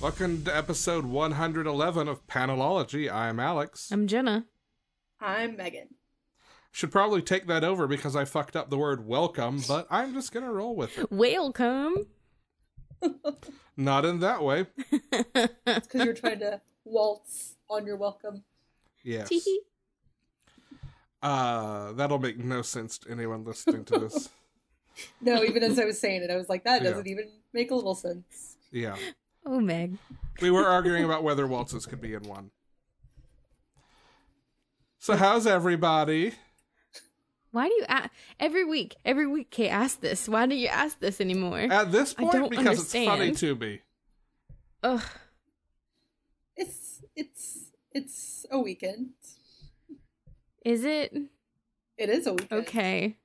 Welcome to episode 111 of Panelology. I'm Alex. I'm Jenna. I'm Megan. Should probably take that over because I fucked up the word welcome, but I'm just gonna roll with it. Welcome. Not in that way. It's because you're trying to waltz on your welcome. Yes. Teehee. Uh, that'll make no sense to anyone listening to this. No, even as I was saying it, I was like, that Yeah. doesn't even make a little sense. Yeah. Oh, Meg. We were arguing about whether waltzes could be in one. So, how's everybody? Why do you ask every week? Every week, Kay asks this. Why do you ask this anymore? At this I point, don't because it's funny understand. to me. Ugh. It's it's it's a weekend. Is it It is a weekend. okay?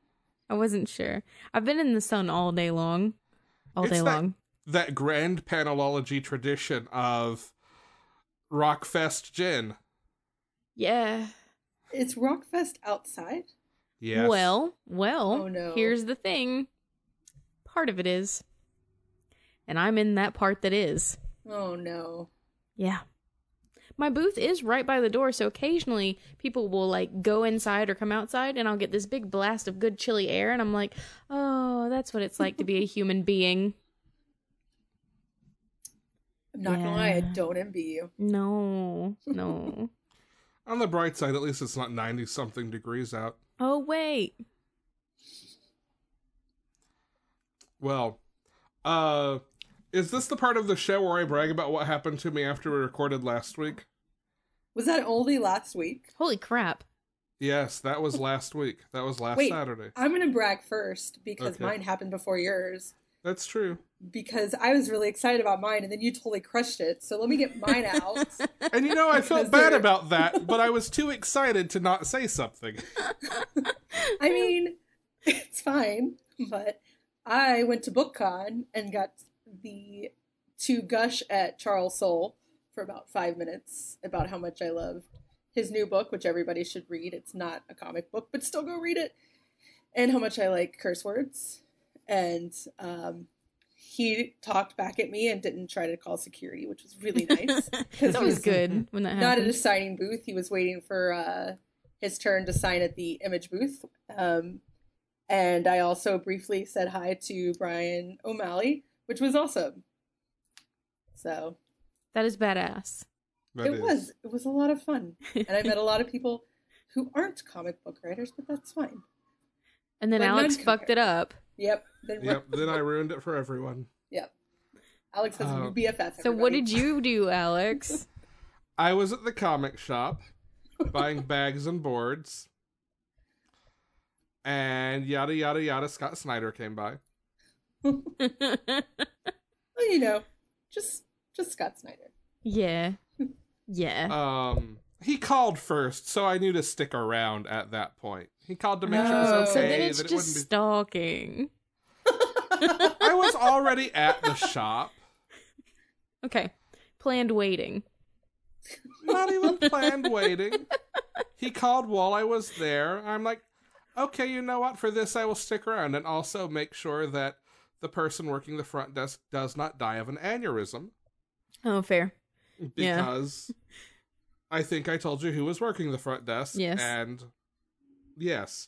I wasn't sure. I've been in the sun all day long. All It's day that- long. That grand panelology tradition of Rockfest Gin. Yeah. It's Rockfest outside. Yes. Well, well. Oh, no. Here's the thing. Part of it is, and I'm in that part that is. Oh no. Yeah. My booth is right by the door, so occasionally people will like go inside or come outside, and I'll get this big blast of good chilly air, and I'm like, oh, that's what it's like to be a human being. I'm not gonna lie, I Yeah. don't envy you. No, no. On the bright side, at least it's not 90 something degrees out. oh, wait. Well, uh, is this the part of the show where I brag about what happened to me after we recorded last week? Was that only last week? Holy crap. Yes, that was last week. That was last Wait. Saturday. I'm gonna brag first because Okay. mine happened before yours. That's true. Because I was really excited about mine and then you totally crushed it. So let me get mine out. And you know, I felt Because bad they're- about that, but I was too excited to not say something. I mean, it's fine, but I went to BookCon and got the to gush at Charles Soule for about five minutes about how much I loved his new book, which everybody should read. It's not a comic book, but still go read it, and how much I like curse words. And um, he talked back at me and didn't try to call security, which was really nice. It's always good when Uh-huh. that not at a happens. signing booth. He was waiting for uh, his turn to sign at the image booth. Um, and I also briefly said hi to Brian O'Malley, which was awesome. So That is badass. That it is- was it was a lot of fun, and I met a lot of people who aren't comic book writers, but that's fine. And then Like, Alex none fucked it compared. up. Yep. Then Yep, then I ruined it for everyone. Alex has Uh, a new BFF. So, what did you do, Alex? I was at the comic shop buying bags and boards. And yada, yada, yada. Scott Snyder came by. Well, you know, just just Scott Snyder. yeah. Yeah. Um, he called first, so I knew to stick around at that point. He called to make sure it was Oh. okay. so then it's that it just wouldn't stalking. be... I was already at the shop. Okay. Planned waiting. Not even planned waiting. He called while I was there. I'm like, okay, you know what? For this, I will stick around and also make sure that the person working the front desk does not die of an aneurysm Oh, fair. Yeah. because I think I told you who was working the front desk. Yes. And yes.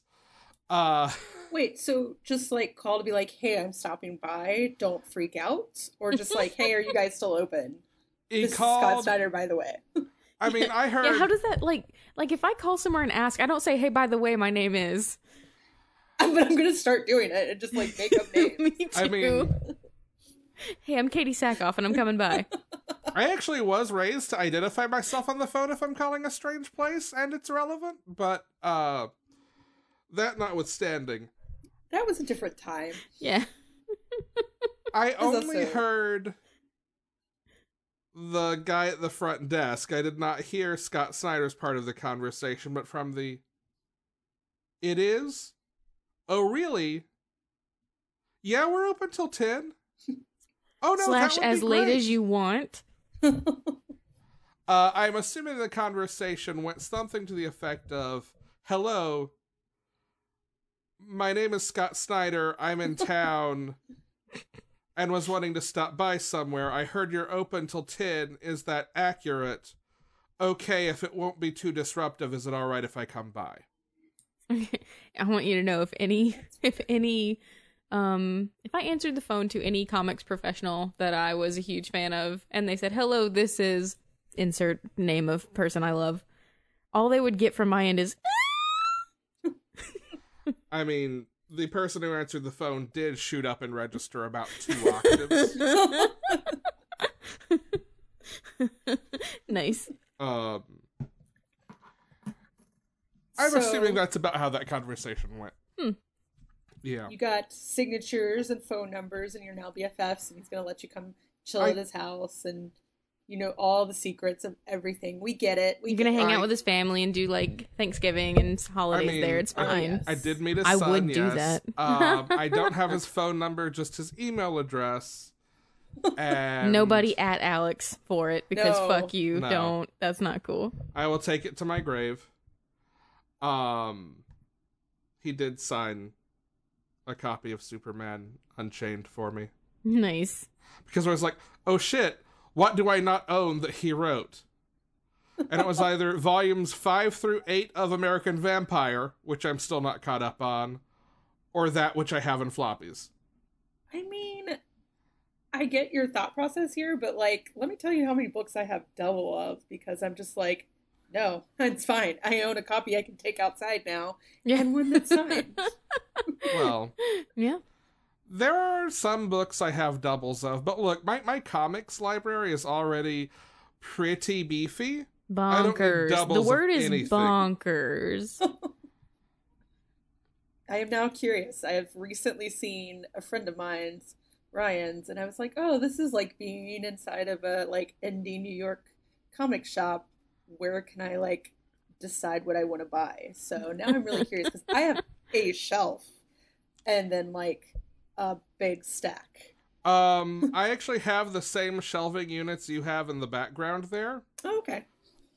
Uh, Wait, so just like call to be like, hey, I'm stopping by, don't freak out, or just like, hey, are you guys still open? he this is Scott called. Snyder, by the way. I mean, I heard. Yeah, how does that like like if I call somewhere and ask, I don't say, "Hey, by the way, my name is." but I'm gonna start doing it and just like make up names. Me too. I mean, Hey, I'm Katie Sackoff, and I'm coming by. I actually was raised to identify myself on the phone if I'm calling a strange place and it's relevant, but uh that notwithstanding, That was a different time. yeah. I was only also- heard the guy at the front desk. I did not hear Scott Snyder's part of the conversation, but from the It is? Oh really? Yeah, we're open till ten. Oh no, Slash that would be as late great. as you want. Uh, I'm assuming the conversation went something to the effect of Hello, my name is Scott Snyder. I'm in town and was wanting to stop by somewhere. I heard you're open till 10. Is that accurate? Okay, if it won't be too disruptive, is it all right if I come by? I want you to know if any, if any, um, if I answered the phone to any comics professional that I was a huge fan of, and they said, "Hello, this is insert name of person I love," all they would get from my end is, I mean, the person who answered the phone did shoot up and register about two octaves. "Nice." Um, I'm So- assuming that's about how that conversation went. Hmm. Yeah. You got signatures and phone numbers, and you're now BFFs, and he's gonna let you come chill I- at his house, and you know all the secrets of everything. We get it. We You're gonna get hang it. out with his family and do like Thanksgiving and holidays there. It's I, fine. I did meet his I son. would do yes. that. um, I don't have his phone number, just his email address. And Nobody at Alex for it because No. fuck you. No. Don't. That's not cool. I will take it to my grave. Um, he did sign a copy of Superman Unchained for me Nice. because I was like, oh shit, what do I not own that he wrote? And it was either volumes five through eight of American Vampire, which I'm still not caught up on, or that which I have in floppies. I mean, I get your thought process here, but like, let me tell you how many books I have double of because I'm just like, no, it's fine. I own a copy I can take outside now Yeah. and one that's signed. Well. yeah. There are some books I have doubles of, but look, my, my comics library is already pretty beefy. don't need Bonkers. doubles The of word is anything. bonkers. I am now curious. I have recently seen a friend of mine's, Ryan's, and I was like, oh, this is like being inside of a like indie New York comic shop. Where can I like decide what I want to buy? So now I'm really curious because I have a shelf and then like a big stack. Um, I actually have the same shelving units you have in the background there. Oh, okay.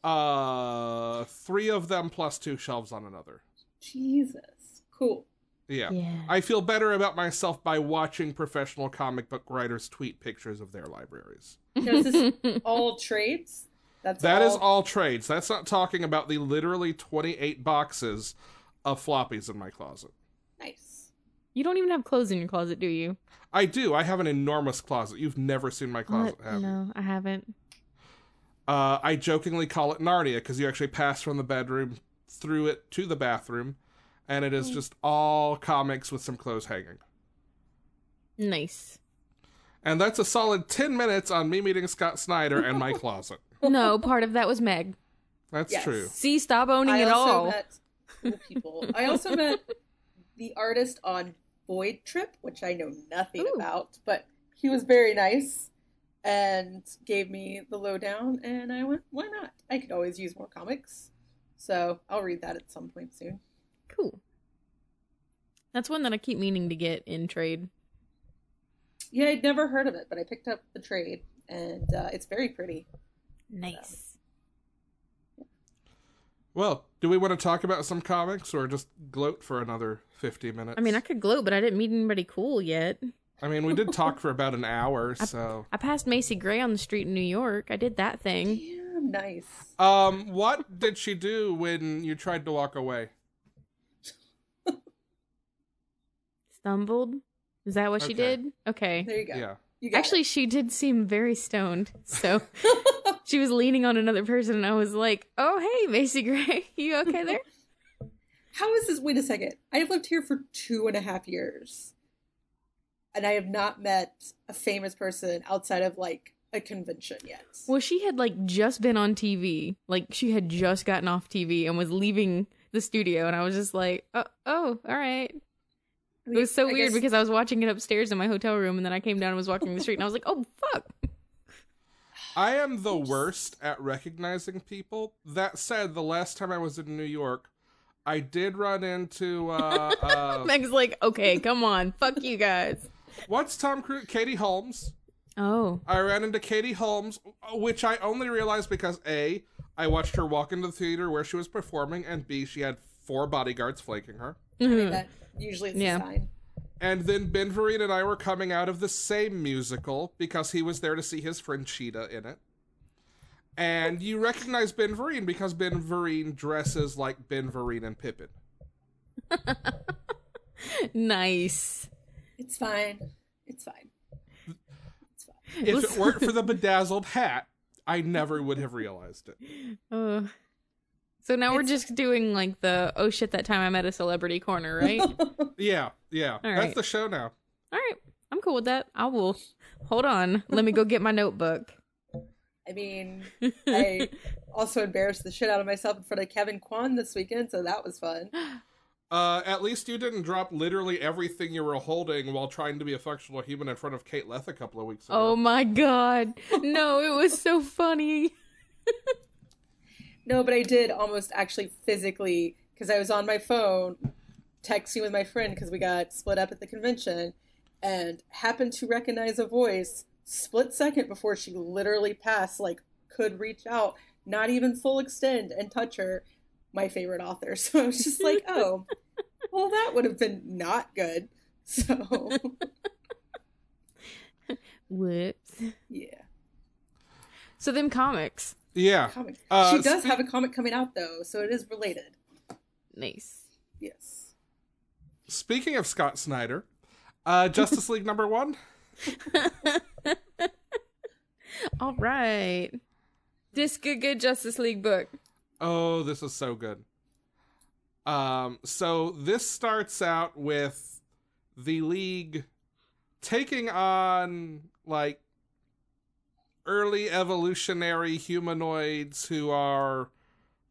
Uh, three of them plus two shelves on another. Jesus. Cool. Yeah. Yeah. I feel better about myself by watching professional comic book writers tweet pictures of their libraries. Now, is this all trades? That's That is all- all trades. That's not talking about the literally 28 boxes of floppies in my closet. nice. You don't even have clothes in your closet, do you? I do. I have an enormous closet. You've never seen my closet, What? have you? No, I haven't. Uh, I jokingly call it Narnia because you actually pass from the bedroom through it to the bathroom, and it Hmm. is just all comics with some clothes hanging. Nice. And that's a solid 10 minutes on me meeting Scott Snyder and my closet. No, part of that was Meg. That's Yes. true. See, stop owning I it also all. met cool people. I also met the artist on Void Trip, which I know nothing Ooh. about, but he was very nice and gave me the lowdown. And I went, why not? I could always use more comics, so I'll read that at some point soon. Cool. That's one that I keep meaning to get in trade. Yeah, I'd never heard of it, but I picked up the trade, and uh, it's very pretty. Nice. Well, do we want to talk about some comics or just gloat for another 50 minutes? I mean, I could gloat, but I didn't meet anybody cool yet. I mean, we did talk for about an hour, so. I passed Macy Gray on the street in New York. I did that thing. Damn, nice. Um, what did she do when you tried to walk away? Stumbled. Is that what she Okay. did? Okay. There you go. Yeah. You got Actually, she did seem very stoned. So she was leaning on another person, and I was like, "Oh, hey, Macy Gray, you okay there?" How is this? Wait a second. I've lived here for two and a half years. and I have not met a famous person outside of like a convention yet. Well, she had like just been on TV. Like she had just gotten off TV and was leaving the studio and I was just like, "Oh, oh all right." I It mean, was so I weird guess- because I was watching it upstairs in my hotel room and then I came down and was walking the street and I was like, "Oh, fuck." I am the worst at recognizing people. That said, the last time I was in New York, I did run into uh, uh Meg's like, "Okay, come on. Fuck you guys." what's Tom Cruise? Katie Holmes. Oh. I ran into Katie Holmes, which I only realized because a I watched her walk into the theater where she was performing, and b she had four bodyguards flanking her. that usually it's hmm. Yeah. a sign. And then Ben Vereen and I were coming out of the same musical because he was there to see his friend Cheetah in it. And you recognize Ben Vereen because Ben Vereen dresses like Ben Vereen and Pippin. nice. It's fine. It's fine. If it weren't for the bedazzled hat, I never would have realized it. Uh, so now we're It's- just doing like the oh shit that time I met a celebrity corner, right? All Yeah, yeah. That's right. the show now. right. I'm cool with that. I will hold on. Let me go get my notebook. I mean, I also embarrassed the shit out of myself in front of Kevin Kwan this weekend, so that was fun. Uh, at least you didn't drop literally everything you were holding while trying to be a functional human in front of Kate Leth a couple of weeks ago. Oh my god. No, it was so funny. No, but I did almost actually physically because I was on my phone texting with my friend because we got split up at the convention and happened to recognize a voice split second before she literally passed, like, could reach out, not even full extend, and touch her. My favorite author. So I was just like, oh, well, that would have been not good. So, Whoops. yeah. So them comics. Yeah. Comic. Uh, she does have a comic coming out, though, so it is related. Nice. Yes. Speaking of Scott Snyder, uh, Justice League number one. All right. This good good Justice League book. Oh, this is so good. Um, so this starts out with the league taking on like early evolutionary humanoids who are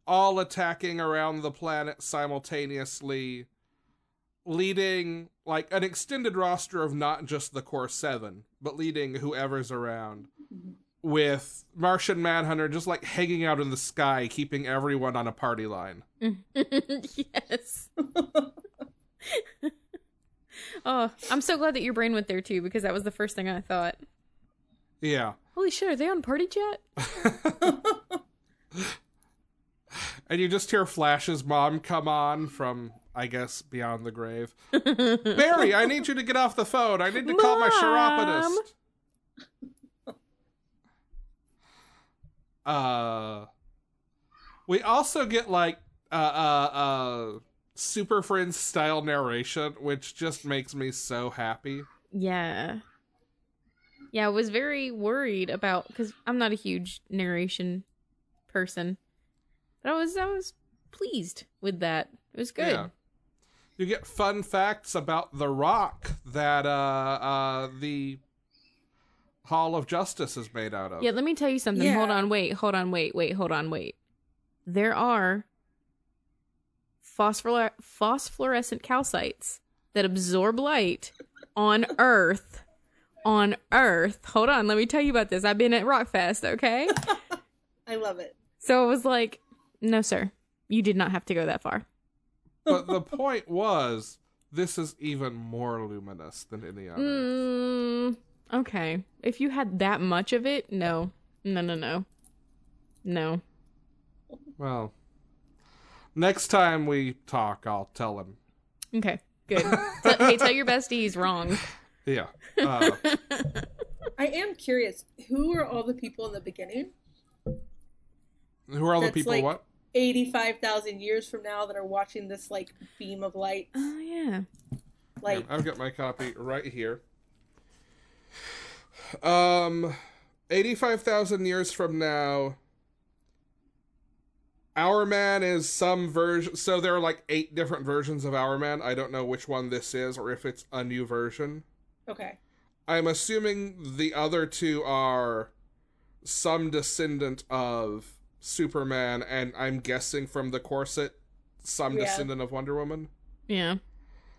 all attacking around the planet simultaneously, leading like an extended roster of not just the core seven, but leading whoever's around with Martian Manhunter just like hanging out in the sky, keeping everyone on a party line. yes. oh, I'm so glad that your brain went there too because that was the first thing I thought. Yeah. Holy shit, are they on party chat? And you just hear Flash's mom come on from, I guess, beyond the grave. Barry, I need you to get off the phone. I need to call my Mom! chiropodist. Uh, we also get like uh, uh, uh, Super Friends style narration, which just makes me so happy. Yeah. Yeah, I was very worried about because I'm not a huge narration person, but I was I was pleased with that. It was good. Yeah. You get fun facts about The Rock that uh, uh, the Hall of Justice is made out of. Yeah, let me tell you something. Hold Yeah. on, wait, hold on, wait, wait, hold on, wait. There are phosphor- phosphorescent calcites that absorb light on Earth. On Earth. Hold on, let me tell you about this. I've been at Rockfest, okay? I love it. so it was like, no, sir, you did not have to go that far. But the point was, this is even more luminous than any other. Mm, okay. If you had that much of it, no. No, no, no. No. Well, next time we talk, I'll tell him. Okay, good. T- hey, tell your bestie he's wrong. Yeah. Uh, I am curious who are all the people in the beginning? who are all the That's people? like- what? 85,000 years from now that are watching this like beam of light. Oh, yeah. Like, I've got my copy right here. Um, 85,000 years from now, Our Man is some version. So there are like eight different versions of Our Man. I don't know which one this is or if it's a new version. Okay. I'm assuming the other two are some descendant of Superman, and I'm guessing from the corset, some Yeah. descendant of Wonder Woman. Yeah.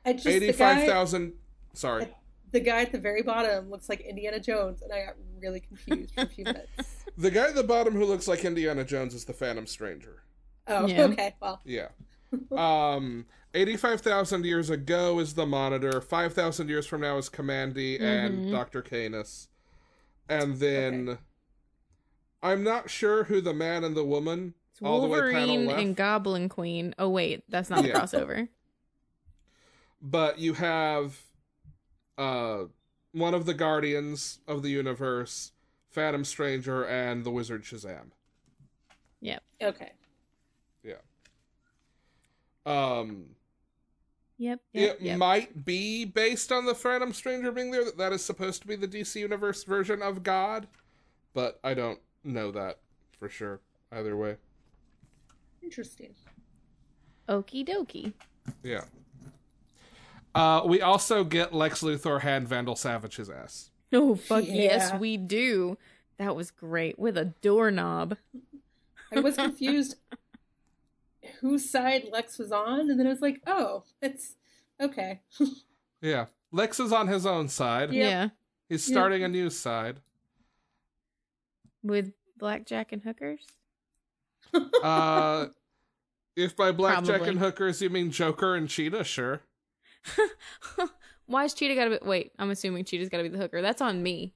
I just the Eighty-five guy, thousand. Sorry. the guy at the very bottom looks like Indiana Jones, and I got really confused for a few minutes. The guy at the bottom who looks like Indiana Jones is the Phantom Stranger. Oh, Yeah. okay. Well, Yeah. Um, 85,000 years ago is the Monitor. 5,000 years from now is Commandy and Mhm. Dr. Canis. And then I'm not sure who the man and the woman. It's All the way panel Wolverine left. and Goblin Queen. Oh wait, that's not the Yeah. crossover. but you have uh one of the guardians of the universe phantom stranger and the wizard shazam okay. um Yep. Yep. it yep. might be based on the phantom stranger being there that that is supposed to be the dc universe version of god but i don't know that for sure either way Interesting. Okie dokie. yeah uh we also get lex luthor hand vandal savage's ass Oh fuck yes Yeah. we do. That was great with a doorknob. I was confused whose side Lex was on, and then I was like, oh, it's okay. yeah lex is on his own side Yep. Yeah. he's Yep. starting a new side With blackjack and hookers. Uh, if by blackjack Probably. and hookers you mean Joker and Cheetah, sure. Why is Cheetah gotta be wait, I'm assuming Cheetah's gotta be the hooker. That's on me.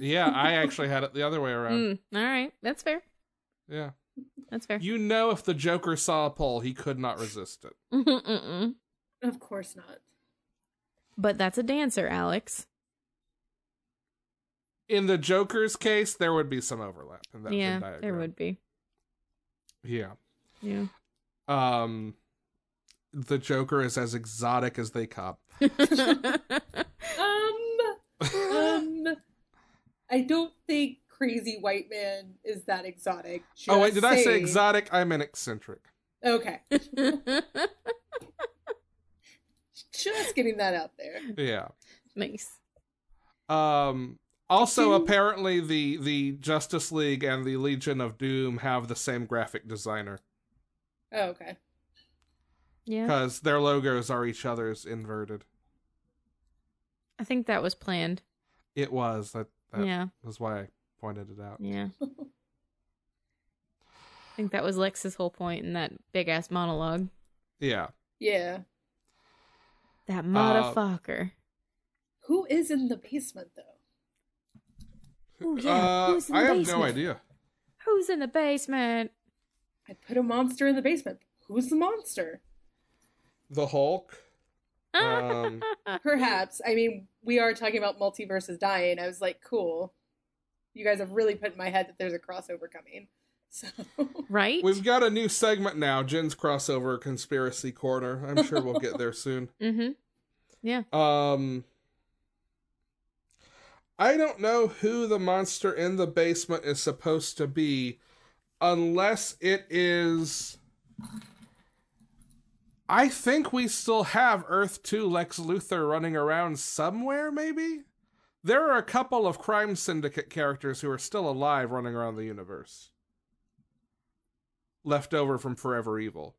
Yeah, I actually had it the other way around. Mm, all right. That's fair. Yeah, That's fair. you know, if the Joker saw a pole, he could not resist it. Mm-mm. Of course not. but that's a dancer, Alex. In the Joker's case, there would be some overlap in that Venn yeah, there diagram. would be. Yeah, Yeah. um, the Joker is as exotic as they come. Um, um, I don't think crazy white man is that exotic. oh wait, did Just I say saying. exotic? I meant eccentric. Okay, just getting that out there. Yeah. nice. Um. Also, Doom. apparently, the the Justice League and the Legion of Doom have the same graphic designer. Oh, okay. Yeah. because their logos are each other's inverted. I think that was planned. It was that. that Yeah. was why I pointed it out. Yeah. I think that was Lex's whole point in that big ass monologue. Yeah, Yeah. Uh, That motherfucker. Who is in the basement though? Ooh, yeah. Uh, Who's in the I have basement? no idea. Who's in the basement? I put a monster in the basement. Who's the monster? The Hulk. Um, Perhaps. I mean, we are talking about multiverses dying. I was like, cool. You guys have really put in my head that there's a crossover coming. So right? We've got a new segment now, Jen's crossover conspiracy corner. I'm sure we'll get there soon. Mm-hmm. Um, I don't know who the monster in the basement is supposed to be, unless it is. I think we still have Earth 2 Lex Luthor running around somewhere, maybe? There are a couple of Crime Syndicate characters who are still alive running around the universe. Left over from Forever Evil.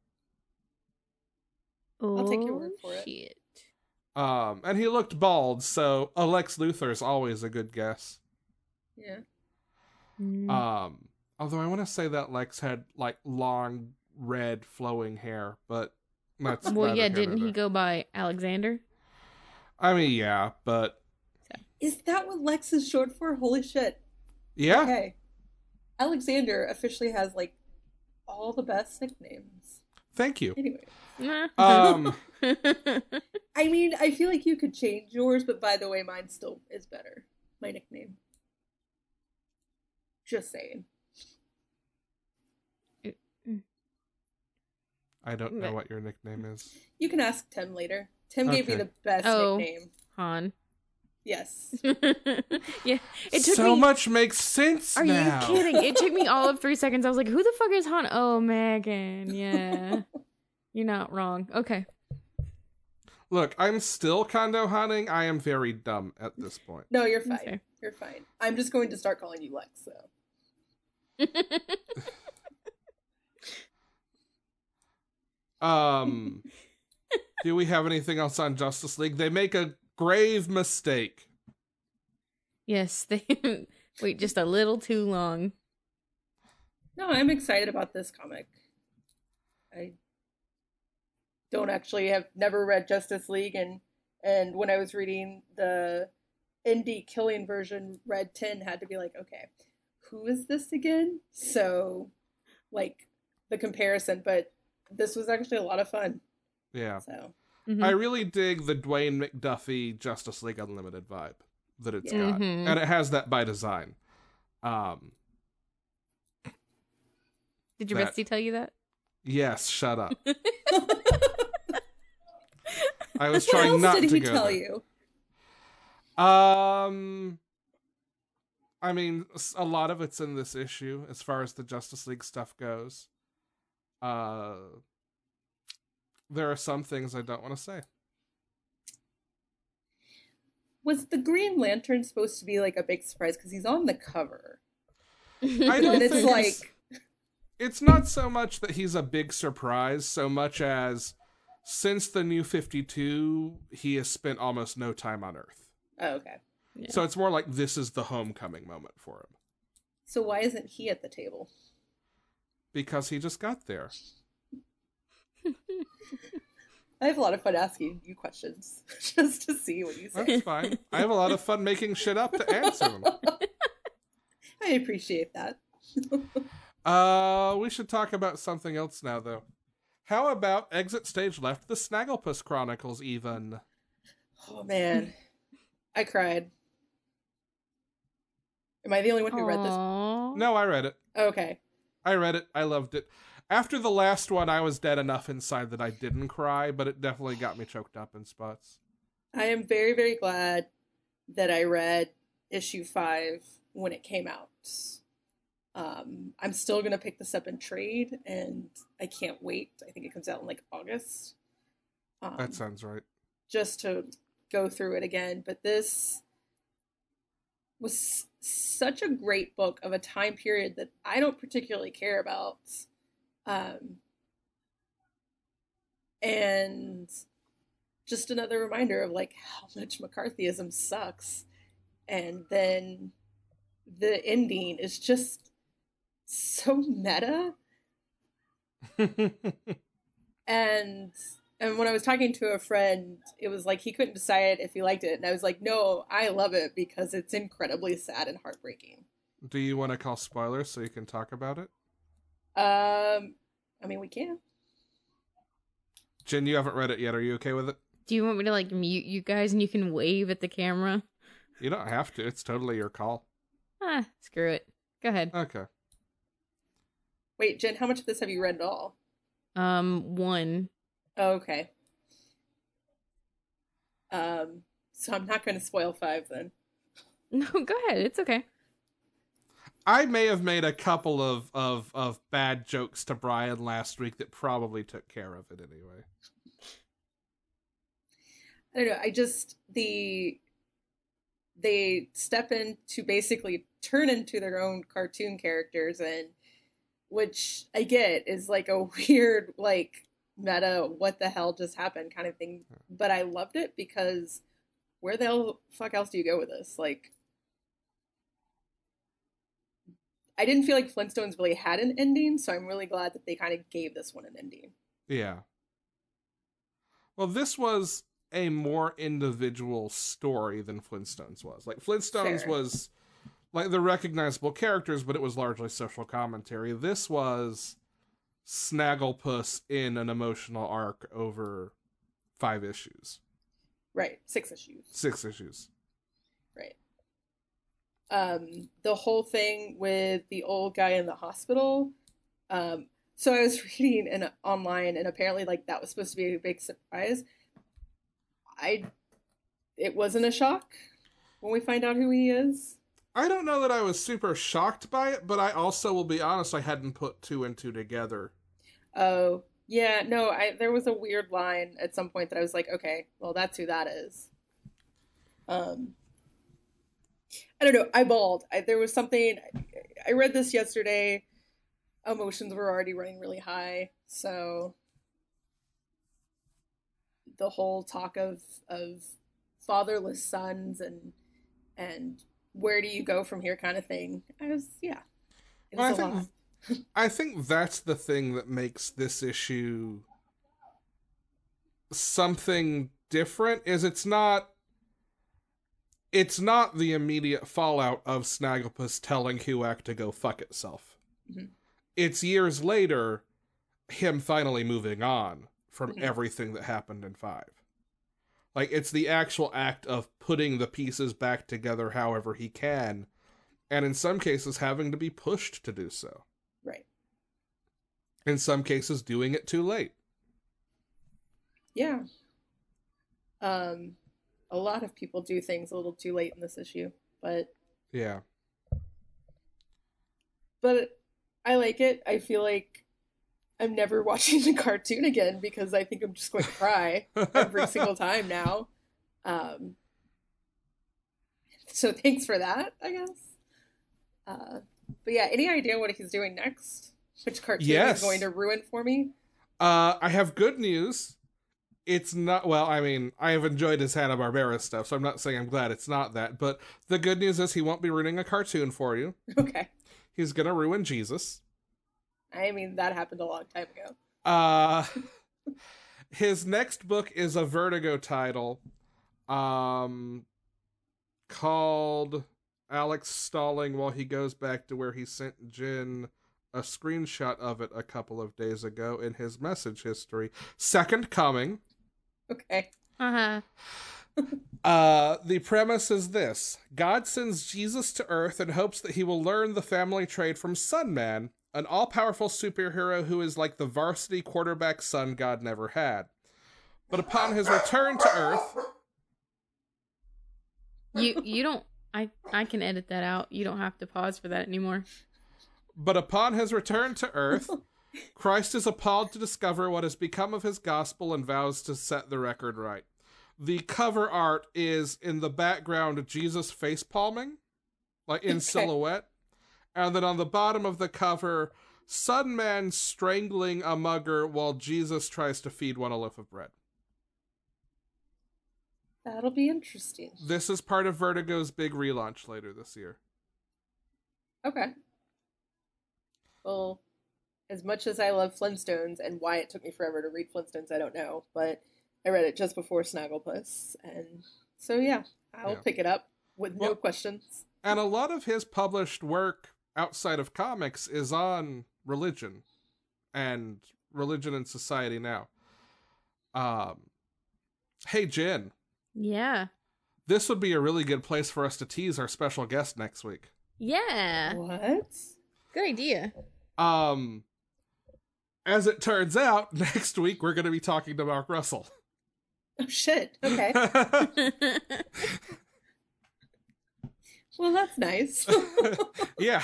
I'll take your word for it. Oh, Shit. Um, and he looked bald, so a Lex Luthor is always a good guess. yeah. Mm. Um, although I want to say that Lex had like long red flowing hair, but that's well, neither yeah, here didn't nor he there. go by Alexander? I mean, yeah, but Is that what Lex is short for? Holy shit. yeah, Okay. Alexander officially has like all the best nicknames. thank you. Anyway. Nah. Um, I mean, I feel like you could change yours, but by the way, mine still is better. My nickname. Just saying. I don't know But- what your nickname is. You can ask Tim later. Tim gave me Okay. the best Oh. nickname. Han. Yes. yeah, it took so me. much makes sense Are now. you kidding? It took me all of three seconds. I was like, "Who the fuck is Han?" Oh, Megan. Yeah, you're not wrong. Okay. Look, I'm still condo hunting. I am very dumb at this point. No, you're fine. That's fair. You're fine. I'm just going to start calling you Lex, so. Um, do we have anything else on Justice League? They make a grave mistake. yes, they wait just a little too long. No, I'm excited about this comic. I don't actually have never read Justice League and and when I was reading the indie killing version, Red 10 had to be like, okay, who is this again? So like the comparison, but this was actually a lot of fun. Yeah. So Mhm. I Mm-hmm. really dig the Dwayne McDuffie Justice League Unlimited vibe that it's Yeah. got. Mhm. And it has that by design. Um, Did your that- bestie tell you that? yes, shut up. what I was trying else not did to he go tell there. you? Um, I mean, s- a lot of it's in this issue as far as the Justice League stuff goes. Uh, there are some things I don't want to say. Was the Green Lantern supposed to be like a big surprise because he's on the cover? I don't And it's think it's- like It's not so much that he's a big surprise, so much as since the new 52, he has spent almost no time on Earth. oh, okay. Yeah. So it's more like this is the homecoming moment for him So why isn't he at the table? because he just got there. I have a lot of fun asking you questions just to see what you say. That's fine. I have a lot of fun making shit up to answer them. I appreciate that. Uh, we should talk about something else now, though. How about exit stage left, the Snagglepuss Chronicles? Even Oh man, I cried. Am I the only one who read this? Aw. no, I read it. Okay. I read it. I loved it. After the last one, I was dead enough inside that I didn't cry, but it definitely got me choked up in spots. I am very, very glad that I read issue five when it came out. Um, I'm still going to pick this up in trade, and I can't wait. I think it comes out in like August. Um, That sounds right. just to go through it again, but this was s- such a great book of a time period that I don't particularly care about. Um, and just another reminder of like how much McCarthyism sucks. And then the ending is just so meta and and when I was talking to a friend, it was like he couldn't decide if he liked it, and I was like, "No, I love it because it's incredibly sad and heartbreaking." Do you want to call spoilers so you can talk about it? Um, I mean, we can. Jen, you haven't read it yet. Are you okay with it? Do you want me to like mute you guys and you can wave at the camera? You don't have to. It's totally your call. Ah, screw it. Go ahead. Okay. Wait, Jen, how much of this have you read at all? Um, one. Oh, okay. Um, so I'm not going to spoil five then. No, go ahead. It's okay. I may have made a couple of, of, of bad jokes to Brian last week that probably took care of it anyway. I don't know. I just the they step in to basically turn into their own cartoon characters, and which I get is like a weird like meta what the hell just happened kind of thing. But I loved it because where the hell fuck else do you go with this? Like I didn't feel like Flintstones really had an ending, so I'm really glad that they kind of gave this one an ending. Yeah. Well, this was a more individual story than Flintstones was. Like Flintstones Fair. was like the recognizable characters, but it was largely social commentary. This was Snagglepuss in an emotional arc over five issues, Right. Six issues. six issues. Right. Um, the whole thing with the old guy in the hospital. Um, so I was reading in online, and apparently, like that was supposed to be a big surprise. I, it wasn't a shock when we find out who he is. I don't know that I was super shocked by it, but I also will be honest, I hadn't put two and two together Oh Yeah, no, I there was a weird line at some point that I was like, okay, well that's who that is. Um I don't know, I bawled. I, there was something I read this yesterday. Emotions were already running really high, so the whole talk of of fatherless sons and and where do you go from here kind of thing. I was yeah. It Well, I was a think lot. I think that's the thing that makes this issue something different is it's not it's not the immediate fallout of Snagglepuss telling Huac to go fuck itself. Mhm. It's years later him finally moving on from Mhm. everything that happened in 5. Like it's the actual act of putting the pieces back together however he can and in some cases having to be pushed to do so Right. in some cases doing it too late. Yeah. Um, a lot of people do things a little too late in this issue, but Yeah. but I like it. I feel like I'm never watching the cartoon again because I think I'm just going to cry every single time now. Um, so thanks for that, I guess. Uh, but yeah, any idea what he's doing next? Which cartoon Yes. is going to ruin for me? uh, I have good news. It's not well. I mean, I have enjoyed his Hanna Barbera stuff, so I'm not saying I'm glad it's not that. But the good news is he won't be ruining a cartoon for you. Okay. He's gonna ruin Jesus. I mean, that happened a long time ago. Uh, his next book is a Vertigo title, um, called Alex Stalling while he goes back to where he sent Jin a screenshot of it a couple of days ago in his message history. Second coming. Okay. Uh huh. Uh, the premise is this God sends Jesus to Earth and hopes that he will learn the family trade from Sunman, an all powerful superhero who is like the varsity quarterback son God never had. But upon his return to Earth, You you don't. I I can edit that out. You don't have to pause for that anymore. but upon his return to Earth, Christ is appalled to discover what has become of his gospel and vows to set the record right. The cover art is in the background Jesus face palming, like in Okay. silhouette. And then on the bottom of the cover, Sunman strangling a mugger while Jesus tries to feed one a loaf of bread. That'll be interesting. This is part of Vertigo's big relaunch later this year. Okay. Well, as much as I love Flintstones and why it took me forever to read Flintstones, I don't know, but I read it just before Snagglepuss, and so yeah, I'll Yeah. pick it up with no Well- questions. And a lot of his published work outside of comics is on religion and religion and society now. Um, hey, Jen, Yeah. this would be a really good place for us to tease our special guest next week. Yeah. What? Good idea. Um, as it turns out, next week we're going to be talking to Mark Russell. Oh shit. Okay. well, that's nice. yeah.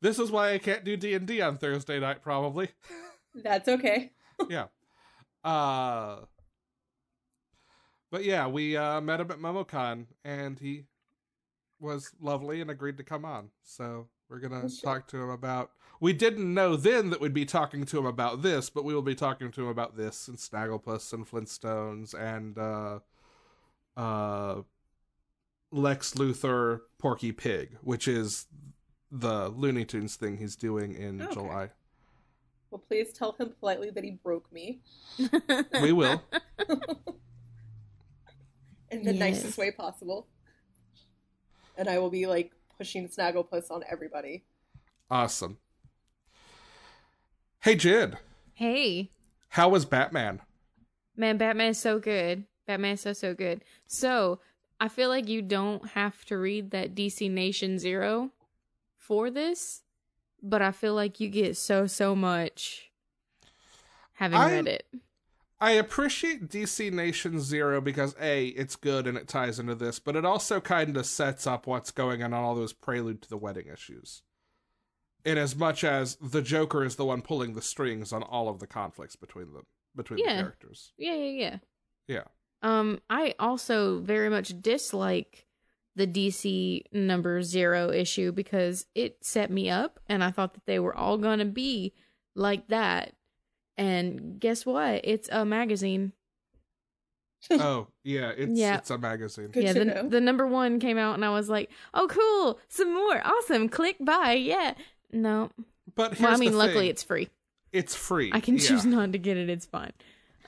This is why I can't do D&D on Thursday night probably. that's okay. Uh but yeah, we uh met him at MomoCon and he was lovely and agreed to come on. So we're gonna Oh, shit. talk to him about we didn't know then that we'd be talking to him about this, but we will be talking to him about this and Snagglepuss and Flintstones and uh uh Lex Luthor Porky Pig, which is the Looney Tunes thing he's doing in Okay. July. Well, please tell him politely that he broke me We will. in the Yes. nicest way possible, and I will be like pushing Snagglepuss on everybody. Awesome. Hey, Jid, Hey, how was Batman? man, Batman is so good. Batman is so so good. So I feel like you don't have to read that DC Nation Zero for this, but I feel like you get so so much having I- read it. I appreciate DC Nation Zero because A, it's good and it ties into this, but it also kind of sets up what's going on in all those prelude to the wedding issues. in as much as the Joker is the one pulling the strings on all of the conflicts between them between Yeah. the characters. Yeah, yeah, yeah. Yeah. Um, I also very much dislike the DC number zero issue because it set me up and I thought that they were all gonna be like that. And guess what? It's a magazine. oh, yeah, it's Yeah. it's a magazine. Good yeah, to the know. the number one came out and I was like, Oh cool, some more, awesome, click buy, yeah. No. But here's well, I the mean luckily thing. it's free. it's free. I can Yeah. choose not to get it, it's fine.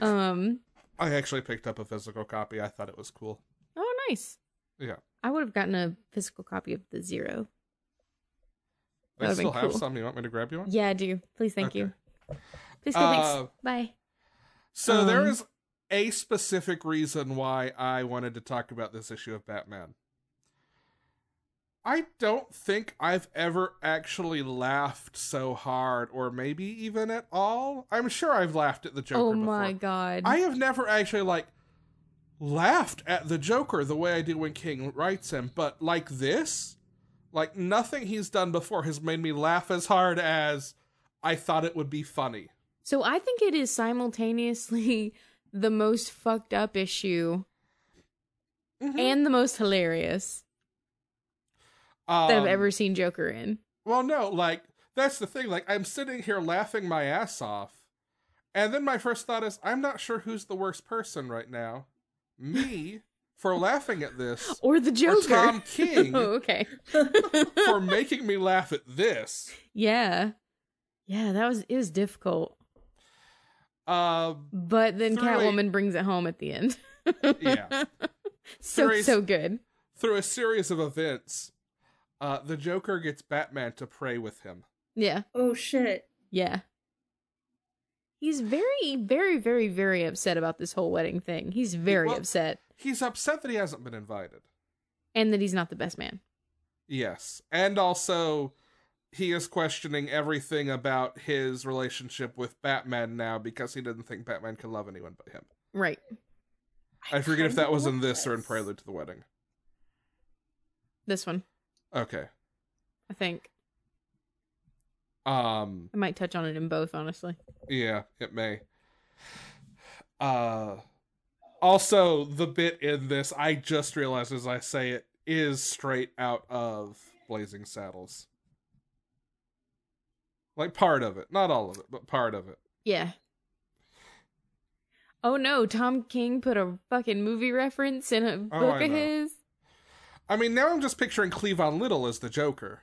Um I actually picked up a physical copy. I thought it was cool. oh nice. Yeah. I would have gotten a physical copy of the zero. I That'd been still have cool. some. You want me to grab you one? Yeah, I do. Please, thank you. Please, go, Uh, thanks. Bye. So Um, there is a specific reason why I wanted to talk about this issue of Batman. I don't think I've ever actually laughed so hard, or maybe even at all. I'm sure I've laughed at the Joker. oh my before. god. I have never actually like laughed at the Joker the way I do when King writes him, but like this, like nothing he's done before has made me laugh as hard as I thought it would be funny. so I think it is simultaneously the most fucked up issue Mm-hmm. and the most hilarious um, that I've ever seen Joker in. Well, no, like that's the thing. Like I'm sitting here laughing my ass off, and then my first thought is, I'm not sure who's the worst person right now, me for laughing at this, Or the or Joker. Tom King oh, okay. for making me laugh at this. yeah. Yeah, that was it was difficult. Um, But then Through a- Catwoman brings it home at the end. Yeah. so Through a- so good. through a series of events, uh, the Joker gets Batman to pray with him. Yeah. oh shit. Yeah. He's very, very, very, very upset about this whole wedding thing. He's very Well- upset. He's upset that he hasn't been invited. And that he's not the best man. Yes. And also, he is questioning everything about his relationship with Batman now because he didn't think Batman could love anyone but him. Right. I forget if that was in kinda this or in love Prelude to the Wedding. This one, Okay. I think. Um, I might touch on it in both, honestly. yeah, it may. Uh, also, the bit in this, I just realized as I say it, is straight out of Blazing Saddles. Like part of it, not all of it, but part of it. Yeah. Oh no, Tom King put a fucking movie reference in a Oh, book I of know. his. I mean, now I'm just picturing Cleavon Little as the Joker.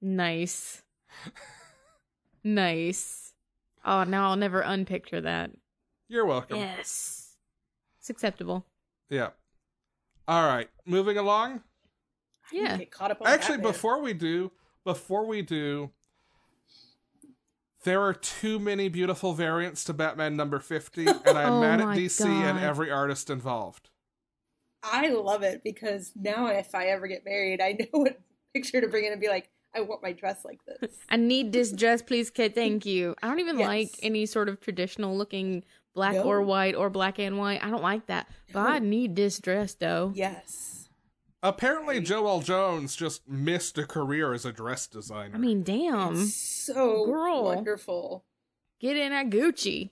Nice. nice. Oh, now I'll never unpicture that. You're welcome. Yeah. Yes. It's acceptable. All right, moving along. I didn't Yeah. Get caught up on Actually, Batman. before we do, before we do, there are too many beautiful variants to Batman number 50, and I'm Oh mad at my DC and God. every artist involved. I love it because now if I ever get married, I know what picture to bring in and be like, I want my dress like this. I need this dress, please, kid. Thank you. I don't even Yes. like any sort of traditional looking black No. or white or black and white. I don't like that. But I need this dress though. Yes. Apparently, Joel Jones just missed a career as a dress designer. I mean, damn. It's so girl. wonderful. Get in at Gucci.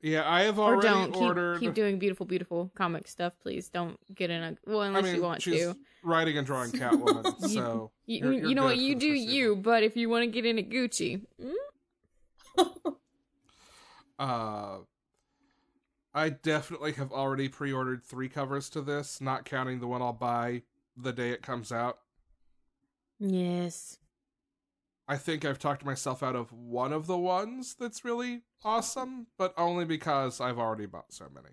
yeah, I have Or already don't. Keep, ordered. keep doing beautiful, beautiful comic stuff, please. Don't get in a well I unless mean, you want she's to. writing and drawing Catwoman, You- so. You, you're- you're you know good what, you for the do foreseeable. you, but if you want to get in at Gucci, mm, Uh, I definitely have already pre-ordered three covers to this, not counting the one I'll buy the day it comes out. yes. I think I've talked myself out of one of the ones that's really awesome, but only because I've already bought so many.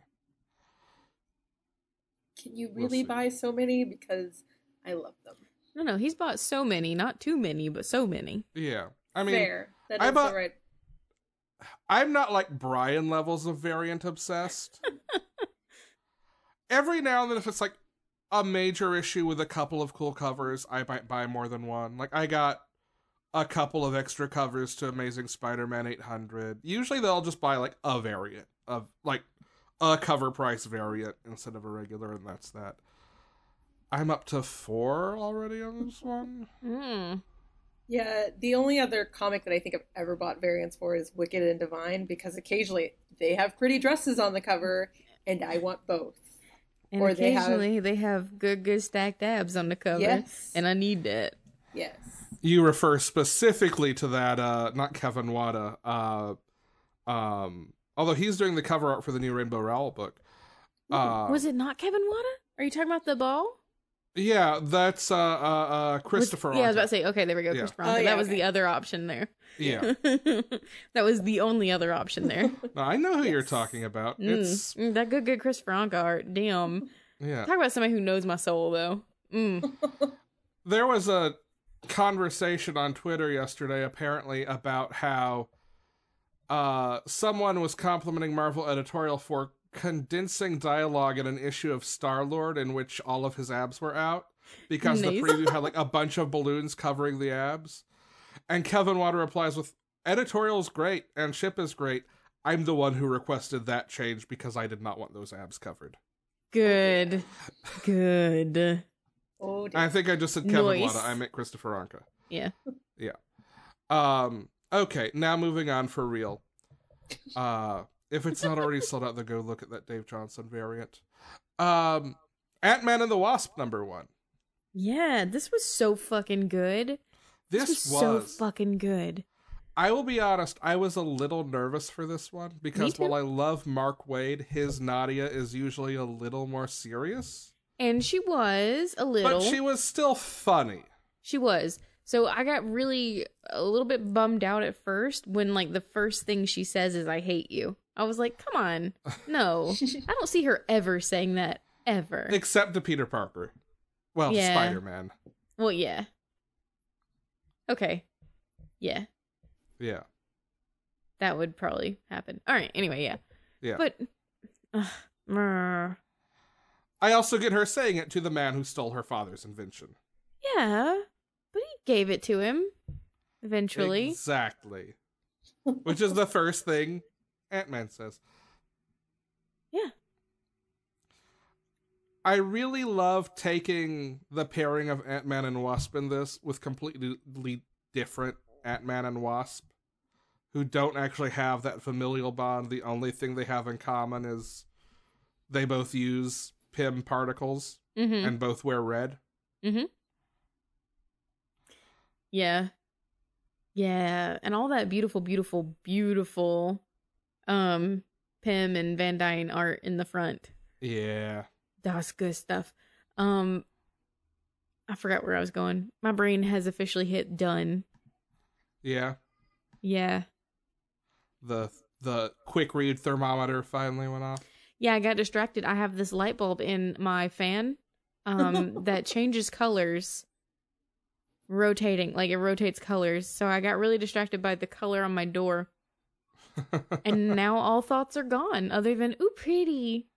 Can you We'll really see. buy so many? Because I love them. No, no, he's bought so many, not too many, but so many. Yeah, I mean, Fair. That I is bought- all right. I'm not like Brian levels of variant obsessed. Every now and then, if it's like a major issue with a couple of cool covers, I might buy more than one. Like, I got a couple of extra covers to Amazing Spider Man 800. Usually, they'll just buy like a variant of like a cover price variant instead of a regular, and that's that. I'm up to four already on this one. Mm. Yeah, the only other comic that I think I've ever bought variants for is Wicked and Divine because occasionally they have pretty dresses on the cover and I want both. And Or they have- occasionally they have... good, good stacked abs on the cover, Yes. and I need that. Yes. You refer specifically to that, uh, not Kevin Wada, uh, um, although he's doing the cover art for the new Rainbow Rowell book. Uh, Was it not Kevin Wada? Are you talking about the ball? Yeah, that's uh, uh, uh Was- Christopher. yeah, I was Onto- about to say. Okay, there we go. Yeah. Christopher. Oh, Onto. yeah, that was okay. the other option there. yeah. that was the only other option there. No, I know who you're Yes. talking about. Mm. It's Mm, that good, good Chris Franca art. Um, Damn. yeah. Talk about somebody who knows my soul, though. Mm. There was a conversation on Twitter yesterday, apparently, about how uh, someone was complimenting Marvel editorial for condensing dialogue in an issue of Star Lord in which all of his abs were out because the Nice. preview had like a bunch of balloons covering the abs. And Kevin Water replies with, "Editorial's great and ship is great. I'm the one who requested that change because I did not want those abs covered." Good. Good. Oh, dear. I think I just said Kevin Nice. Wada. I meant Christopher Anka. Yeah. Yeah. Um. Okay. Now moving on for real. Uh, if it's not already sold out, then go look at that Dave Johnson variant. Um, Ant Man and the Wasp number one. Yeah, this was so fucking good. This, was. so fucking good. I will be honest. I was a little nervous for this one because too. while I love Mark Wade, his Nadia is usually a little more serious, And she was a little. but she was still funny. She was. So I got really a little bit bummed out at first when like the first thing she says is I hate you. I was like, "Come on. No. I don't see her ever saying that ever." Except to Peter Parker. Well, Yeah. Spider Man. well, yeah. Okay. Yeah. Yeah. That would probably happen. All right, anyway, yeah. Yeah. But ugh, mer. I also get her saying it to the man who stole her father's invention. yeah. But he gave it to him eventually. Exactly. Which is the first thing Ant Man says. Yeah. I really love taking the pairing of Ant Man and Wasp in this with completely different Ant Man and Wasp, who don't actually have that familial bond. The only thing they have in common is they both use PIM particles Mhm. and both wear red. Yeah. Yeah, and all that beautiful, beautiful, beautiful um Pym and Van Dyne art in the front. Yeah. That's good stuff. Um I forgot where I was going. My brain has officially hit done. Yeah. Yeah. The the quick read thermometer finally went off. Yeah, I got distracted. I have this light bulb in my fan um that changes colors rotating, like it rotates colors. So I got really distracted by the color on my door. And now all thoughts are gone other than ooh pretty.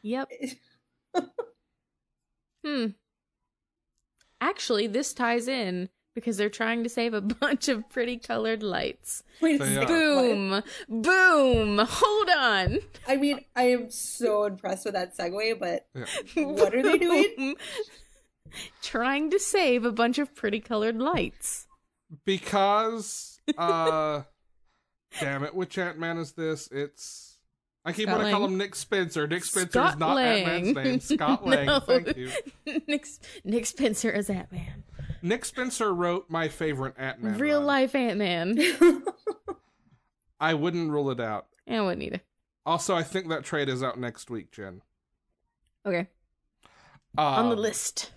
Yep. Hmm. Actually, this ties in because they're trying to save a bunch of pretty colored lights. Wait a They are. second. Boom. Boom. Hold on. I mean, I am so impressed with that segue, but What are they doing? Boom. Trying to save a bunch of pretty colored lights. because uh damn it which ant-man is this it's i keep Scott wanting to call Lang? him nick spencer nick spencer Scott is not ant-man's Lang. name scott No. lang thank you Nick, Nick Spencer is Ant Man. nick spencer wrote my favorite ant-man Real run. life Ant Man. i wouldn't rule it out I Eh, wouldn't either. also i think that trade is out next week jen Okay. um, On the list.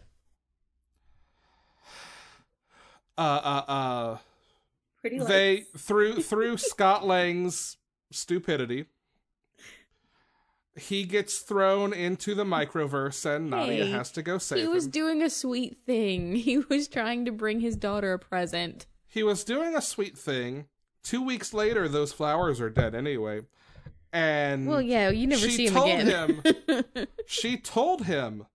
uh uh uh pretty lights. they through through Scott Lang's stupidity, he gets thrown into the microverse, and Nadia Hey, has to go save He was him. doing a sweet thing. He was trying to bring his daughter a present. he was doing a sweet thing. Two weeks later, those flowers are dead anyway, and Well, yeah, you never Mm. She see him told again. she told him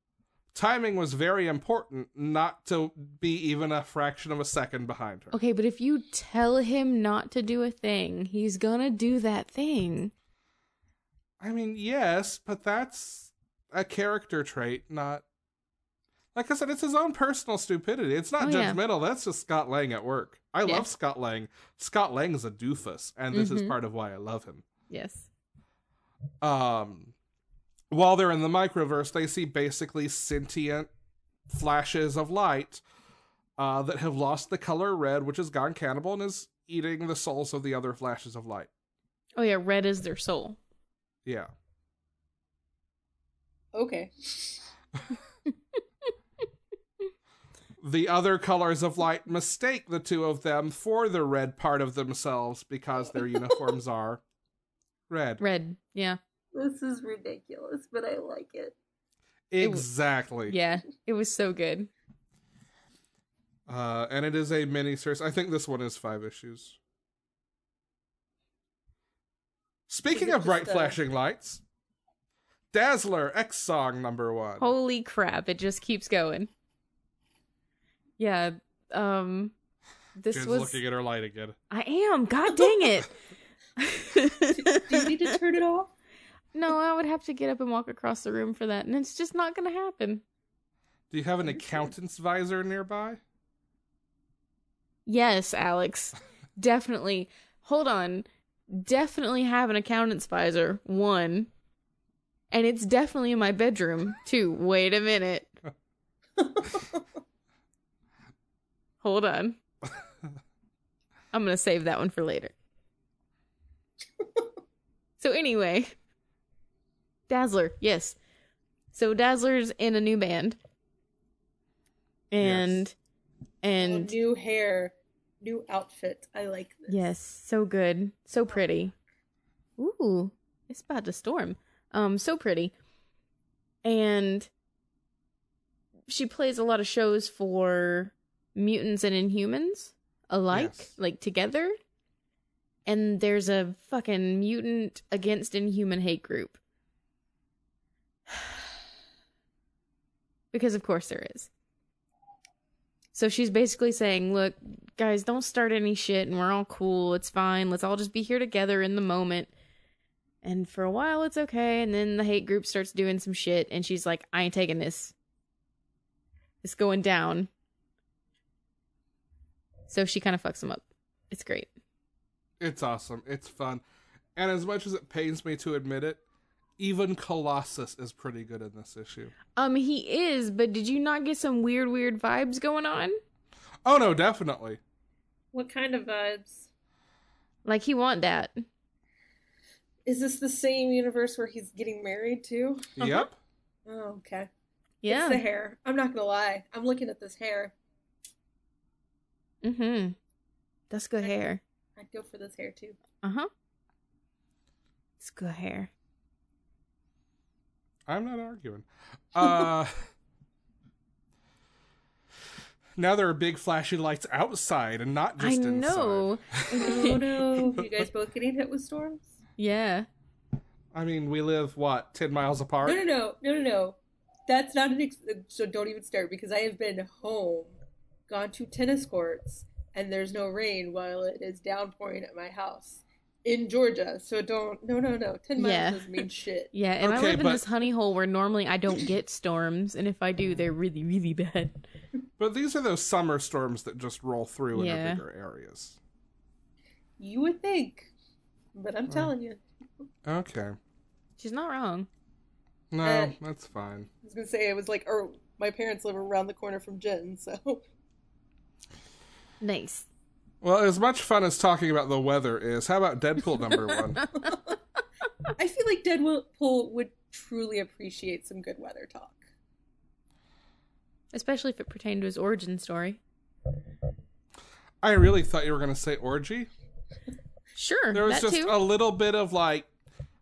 timing was very important, not to be even a fraction of a second behind her. okay, but if you tell him not to do a thing, he's gonna do that thing. I mean, yes, but that's a character trait, not like I said, it's his own personal stupidity. It's not Oh, yeah. judgmental. That's just Scott Lang at work. I Yeah. love Scott Lang. Scott Lang is a doofus, and this is Mhm. part of why I love him. Yes. Um, while they're in the microverse, they see basically sentient flashes of light uh, that have lost the color red, which has gone cannibal and is eating the souls of the other flashes of light. Oh yeah, red is their soul. Yeah. Okay. the other colors of light mistake the two of them for the red part of themselves because their uniforms are red. Red. Yeah. This is ridiculous, but I like it. Exactly. Yeah. It was so good. Uh, and it is a mini series. I think this one is five issues. Speaking it of bright just a- flashing lights, Dazzler X song number one. Holy crap, it just keeps going. Yeah. Um this Jen's was looking at her light again. I am. God dang Do you it. need to turn it off? no, I would have to get up and walk across the room for that, and it's just not going to happen. Do you have an accountant's visor nearby? Yes, Alex. Definitely. Hold on. Definitely have an accountant's visor. One. And it's definitely in my bedroom. Two. Wait a minute. Hold on. I'm going to save that one for later. so, anyway, Dazzler. Yes. So, Dazzler's in a new band. And. Oh, And new hair, new outfit. I like this. Yes, so good. So pretty. Ooh, it's about to storm. Um, so pretty. And she plays a lot of shows for mutants and inhumans alike, Yes. like together. And there's a fucking mutant against inhuman hate group. because of course there is. So she's basically saying, look, guys, don't start any shit and we're all cool. It's fine. Let's all just be here together in the moment. And for a while, it's okay. And then the hate group starts doing some shit. And she's like, I ain't taking this. It's going down. So she kind of fucks them up. It's great. It's awesome. It's fun. And as much as it pains me to admit it, even Colossus is pretty good in this issue. Um, he is, but did you not get some weird, weird vibes going on? Oh no, definitely. What kind of vibes? Like, he want that. Is this the same universe where he's getting married to? Yep. Oh, okay. It's Yeah. the hair. I'm not gonna lie. I'm looking at this hair. Mm-hmm. That's good hair. I'd go for this hair too. Uh huh. It's good hair. I'm not arguing. Uh Now there are big flashy lights outside and not I just inside. know. oh no! You guys both getting hit with storms? yeah. I mean, we live what, 10 miles apart? No, no, no, no, no, no. That's not an. Ex- so don't even start because I have been home, gone to tennis courts, and there's no rain while it is downpouring at my house in Georgia. So don't. No, no, no. Ten miles Yeah. doesn't mean shit. Yeah, and Okay, I live but- in this honey hole where normally I don't get storms, and if I do, they're really, really bad. But these are those summer storms that just roll through in Yeah. our bigger areas. You would think, but I'm telling you. Okay. She's not wrong. No, Uh, that's fine. I was gonna say it was like, or my parents live around the corner from Jen, so Nice. Well, as much fun as talking about the weather is, how about Deadpool number 1? I feel like Deadpool would truly appreciate some good weather talk. Especially if it pertained to his origin story. I really thought you were going to say orgy. Sure. There was that just too. a little bit of like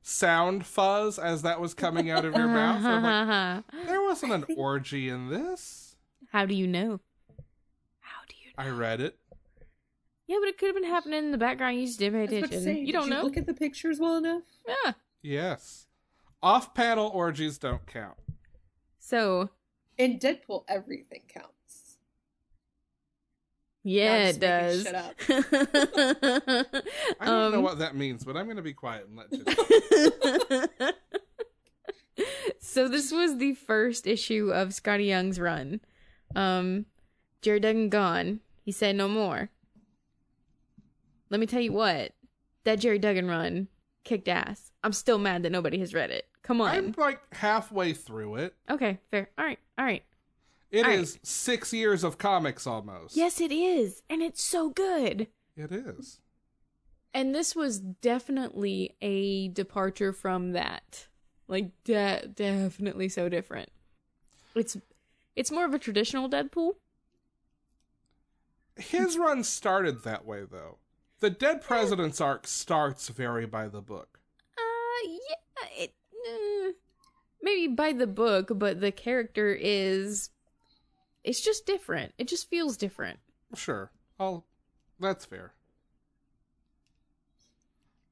sound fuzz as that was coming out of your Uh-huh. mouth. I'm like, there wasn't an orgy in this. How do you know? How do you know? I read it. Yeah, but it could have been happening in the background. You just didn't I pay was about to attention. say, you did don't know. Look at the pictures well enough. yeah. Yes. Off panel orgies don't count. So In Deadpool, everything counts. yeah, just it making does. shit up. I don't know Um, what that means, but I'm going to be quiet and let you. So this was the first issue of Scotty Young's run. Um, Jared Duggan gone. He said no more. Let me tell you what, that Jerry Duggan run kicked ass. I'm still mad that nobody has read it. Come on. I'm like halfway through it. Okay, fair. All right, all right. It is All right. six years of comics almost. Yes, it is, and it's so good. It is. And this was definitely a departure from that. Like de- definitely so different. It's it's more of a traditional Deadpool. His run started that way, though. The Dead President's arc starts very by the book. Uh yeah, it uh, maybe by the book, but the character is it's just different. It just feels different. Sure. I'll. That's fair.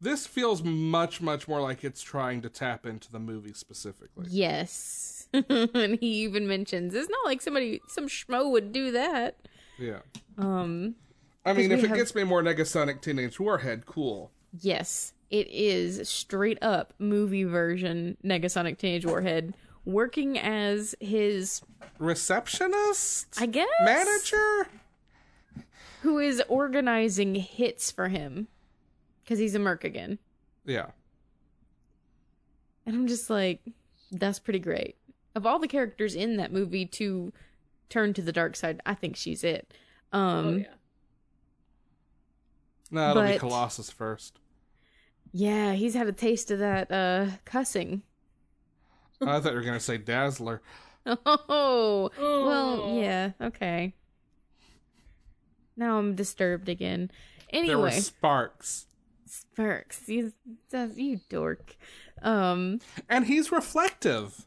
This feels much, much more like it's trying to tap into the movie specifically. Yes. and he even mentions it's not like somebody some schmo would do that. Yeah. Um I mean, we if it have- gets me more Negasonic Teenage Warhead, cool. yes, it is straight up movie version Negasonic Teenage Warhead working as his Receptionist? I guess Manager? who is organizing hits for him cuz he's a merc again. Yeah. And I'm just like that's pretty great. Of all the characters in that movie to turn to the dark side, I think she's it. Um oh yeah. No, it'll be But- Colossus first. Yeah, he's had a taste of that uh cussing. I thought you were going to say Dazzler. Oh, well, Oh. yeah, okay. Now I'm disturbed again. There were Anyway, sparks. Sparks, you, you dork. Um, And he's reflective.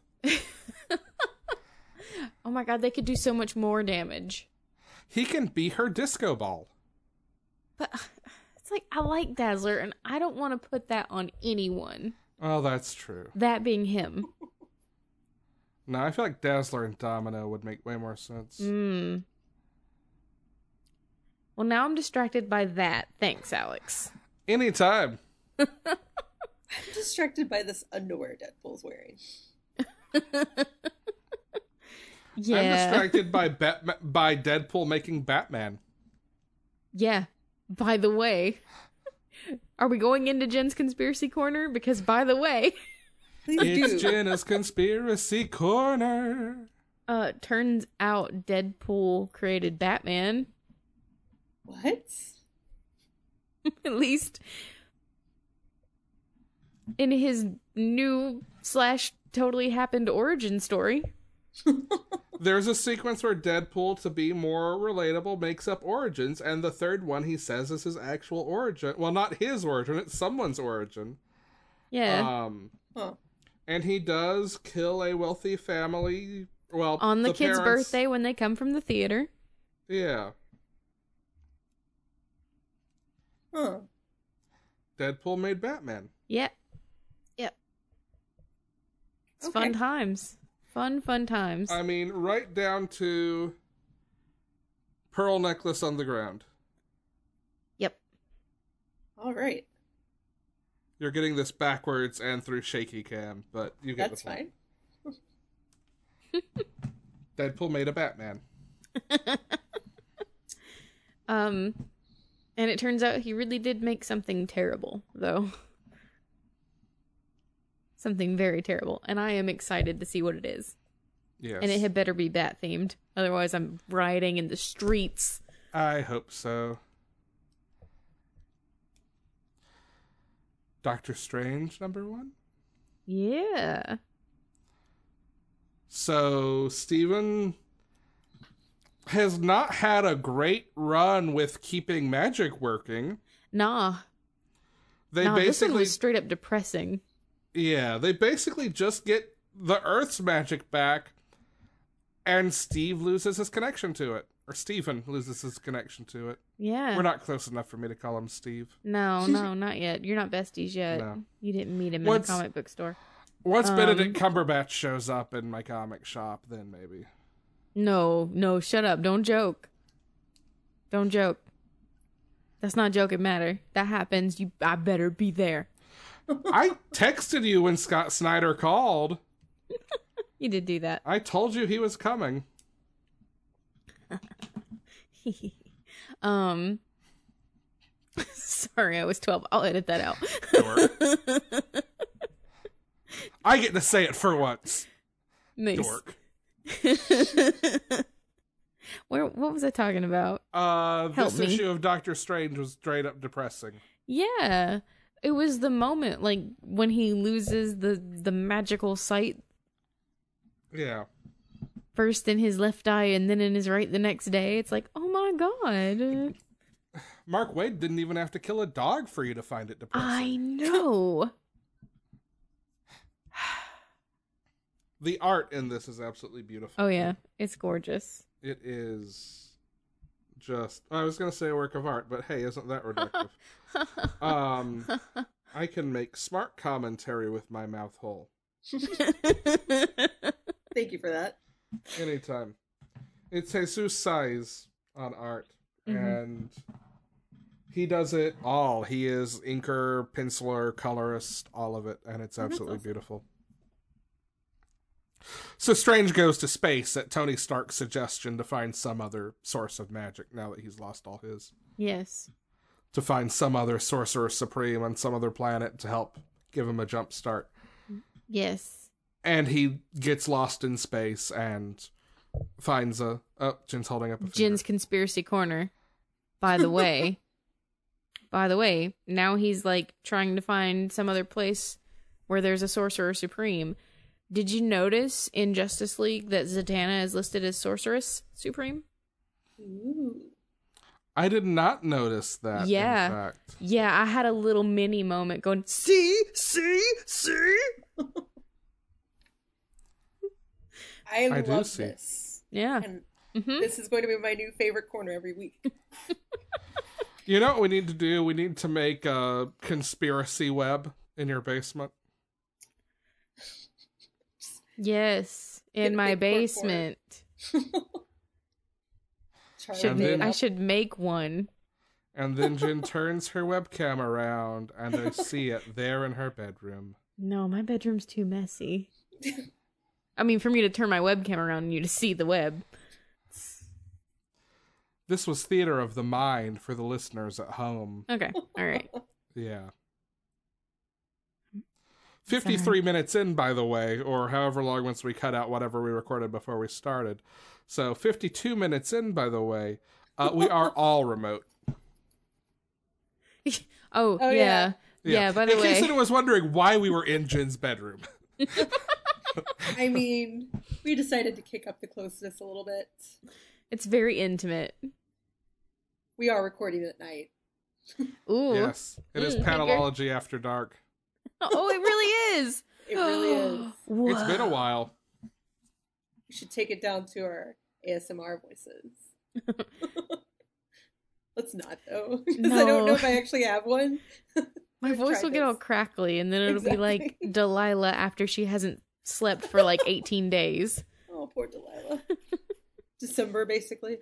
oh my god, they could do so much more damage. He can be her disco ball. But it's like I like Dazzler, and I don't want to put that on anyone. Oh, that's true. That being him. No, I feel like Dazzler and Domino would make way more sense. Mm. Well, now I'm distracted by that. Thanks, Alex. Anytime. I'm distracted by this underwear Deadpool's wearing. Yeah. I'm distracted by Batman, by Deadpool making Batman. Yeah. By the way, are we going into Jen's conspiracy corner? Because by the way, Please do. It's Jenna's conspiracy corner. uh, turns out Deadpool created Batman. what? At least in his new slash totally happened origin story. There's a sequence where Deadpool, to be more relatable, makes up origins, and the third one he says is his actual origin. Well, not his origin; it's someone's origin. Yeah. Um, Huh. and he does kill a wealthy family. Well, On the, kid's Uh, parents- birthday when they come from the theater. Yeah, Huh. Deadpool made Batman. Yep. Yep. It's fun Okay. times. Fun, fun times. I mean, right down to pearl necklace on the ground. yep. All right. You're getting this backwards and through shaky cam, but you get That's the point. fine. Deadpool made a Batman. Um, and it turns out he really did make something terrible, though. Something very terrible, and I am excited to see what it is. Yes, And it had better be bat themed, otherwise I'm rioting in the streets. I hope so. Doctor Strange number one. Yeah, So Steven has not had a great run with keeping magic working. nah, They nah. This one basically was straight up depressing. Yeah, they basically just get the Earth's magic back, and Steve loses his connection to it. Or Steven loses his connection to it. Yeah, We're not close enough for me to call him Steve. no, no, not yet. You're not besties yet. No. You didn't meet him What's- in a comic book store. Once Um. Benedict Cumberbatch shows up in my comic shop, then maybe. No, no, shut up. Don't joke. Don't joke. That's not joking matter. That happens. You I better be there. I texted you when Scott Snyder called. You did do that. I told you he was coming. um sorry, I was 12. I'll edit that out. I get to say it for once. nice. Dork. Where what was I talking about? Uh, Help this me. issue of Doctor Strange was straight up depressing. Yeah. It was the moment like when he loses the the magical sight Yeah. first in his left eye and then in his right the next day. It's like, "Oh my god." Mark Wade didn't even have to kill a dog for you to find it depressing. I know. The art in this is absolutely beautiful. Oh yeah, it's gorgeous. It is just I was gonna say a work of art, but hey, isn't that reductive? um I can make smart commentary with my mouth hole. Thank you for that. Anytime. It's Jesus size on art. Mhm. And he does it all. He is inker, penciler, colorist, all of it, and it's Oh, that's absolutely awesome. beautiful. So Strange goes to space at Tony Stark's suggestion to find some other source of magic now that he's lost all his. yes. to find some other sorcerer supreme on some other planet to help give him a jump start. Yes. And he gets lost in space and finds a. Oh, Jin's holding up a finger. Jin's conspiracy corner. By the way, by the way, now he's like trying to find some other place where there's a sorcerer supreme. Did you notice in Justice League that Zatanna is listed as sorceress supreme? Ooh. I did not notice that. Yeah. In fact. Yeah, I had a little mini moment going, "See, see, see." I, I do love see. this. Yeah. And hmm this is going to be my new favorite corner every week. You know what we need to do? We need to make a conspiracy web in your basement. Yes, in Get a my big cork for basement. Charlie Should And ma- then- I should make one. And then Jin turns her webcam around and I see it there in her bedroom. No, my bedroom's too messy. I mean, for me to turn my webcam around and you to see the web. This was theater of the mind for the listeners at home. Okay, all right. Yeah. 53 minutes in, by the way, or however long once we cut out whatever we recorded before we started. So 52 minutes in, by the way, uh, we are all remote. Oh, Oh, yeah. yeah. yeah. by the in way. case anyone was wondering why we were in Jin's bedroom. I mean, we decided to kick up the closeness a little bit. it's very intimate. We are recording at night. Ooh. Yes, it is Mm, panelology after dark. Oh, it really is. It really is. Whoa. It's been a while. We should take it down to our ASMR voices. Let's not though, because I don't know No. if I actually have one. My I've voice tried will get all this. crackly, and then it'll be like Exactly. Delilah after she hasn't slept for like 18 days. Oh, poor Delilah. December, basically.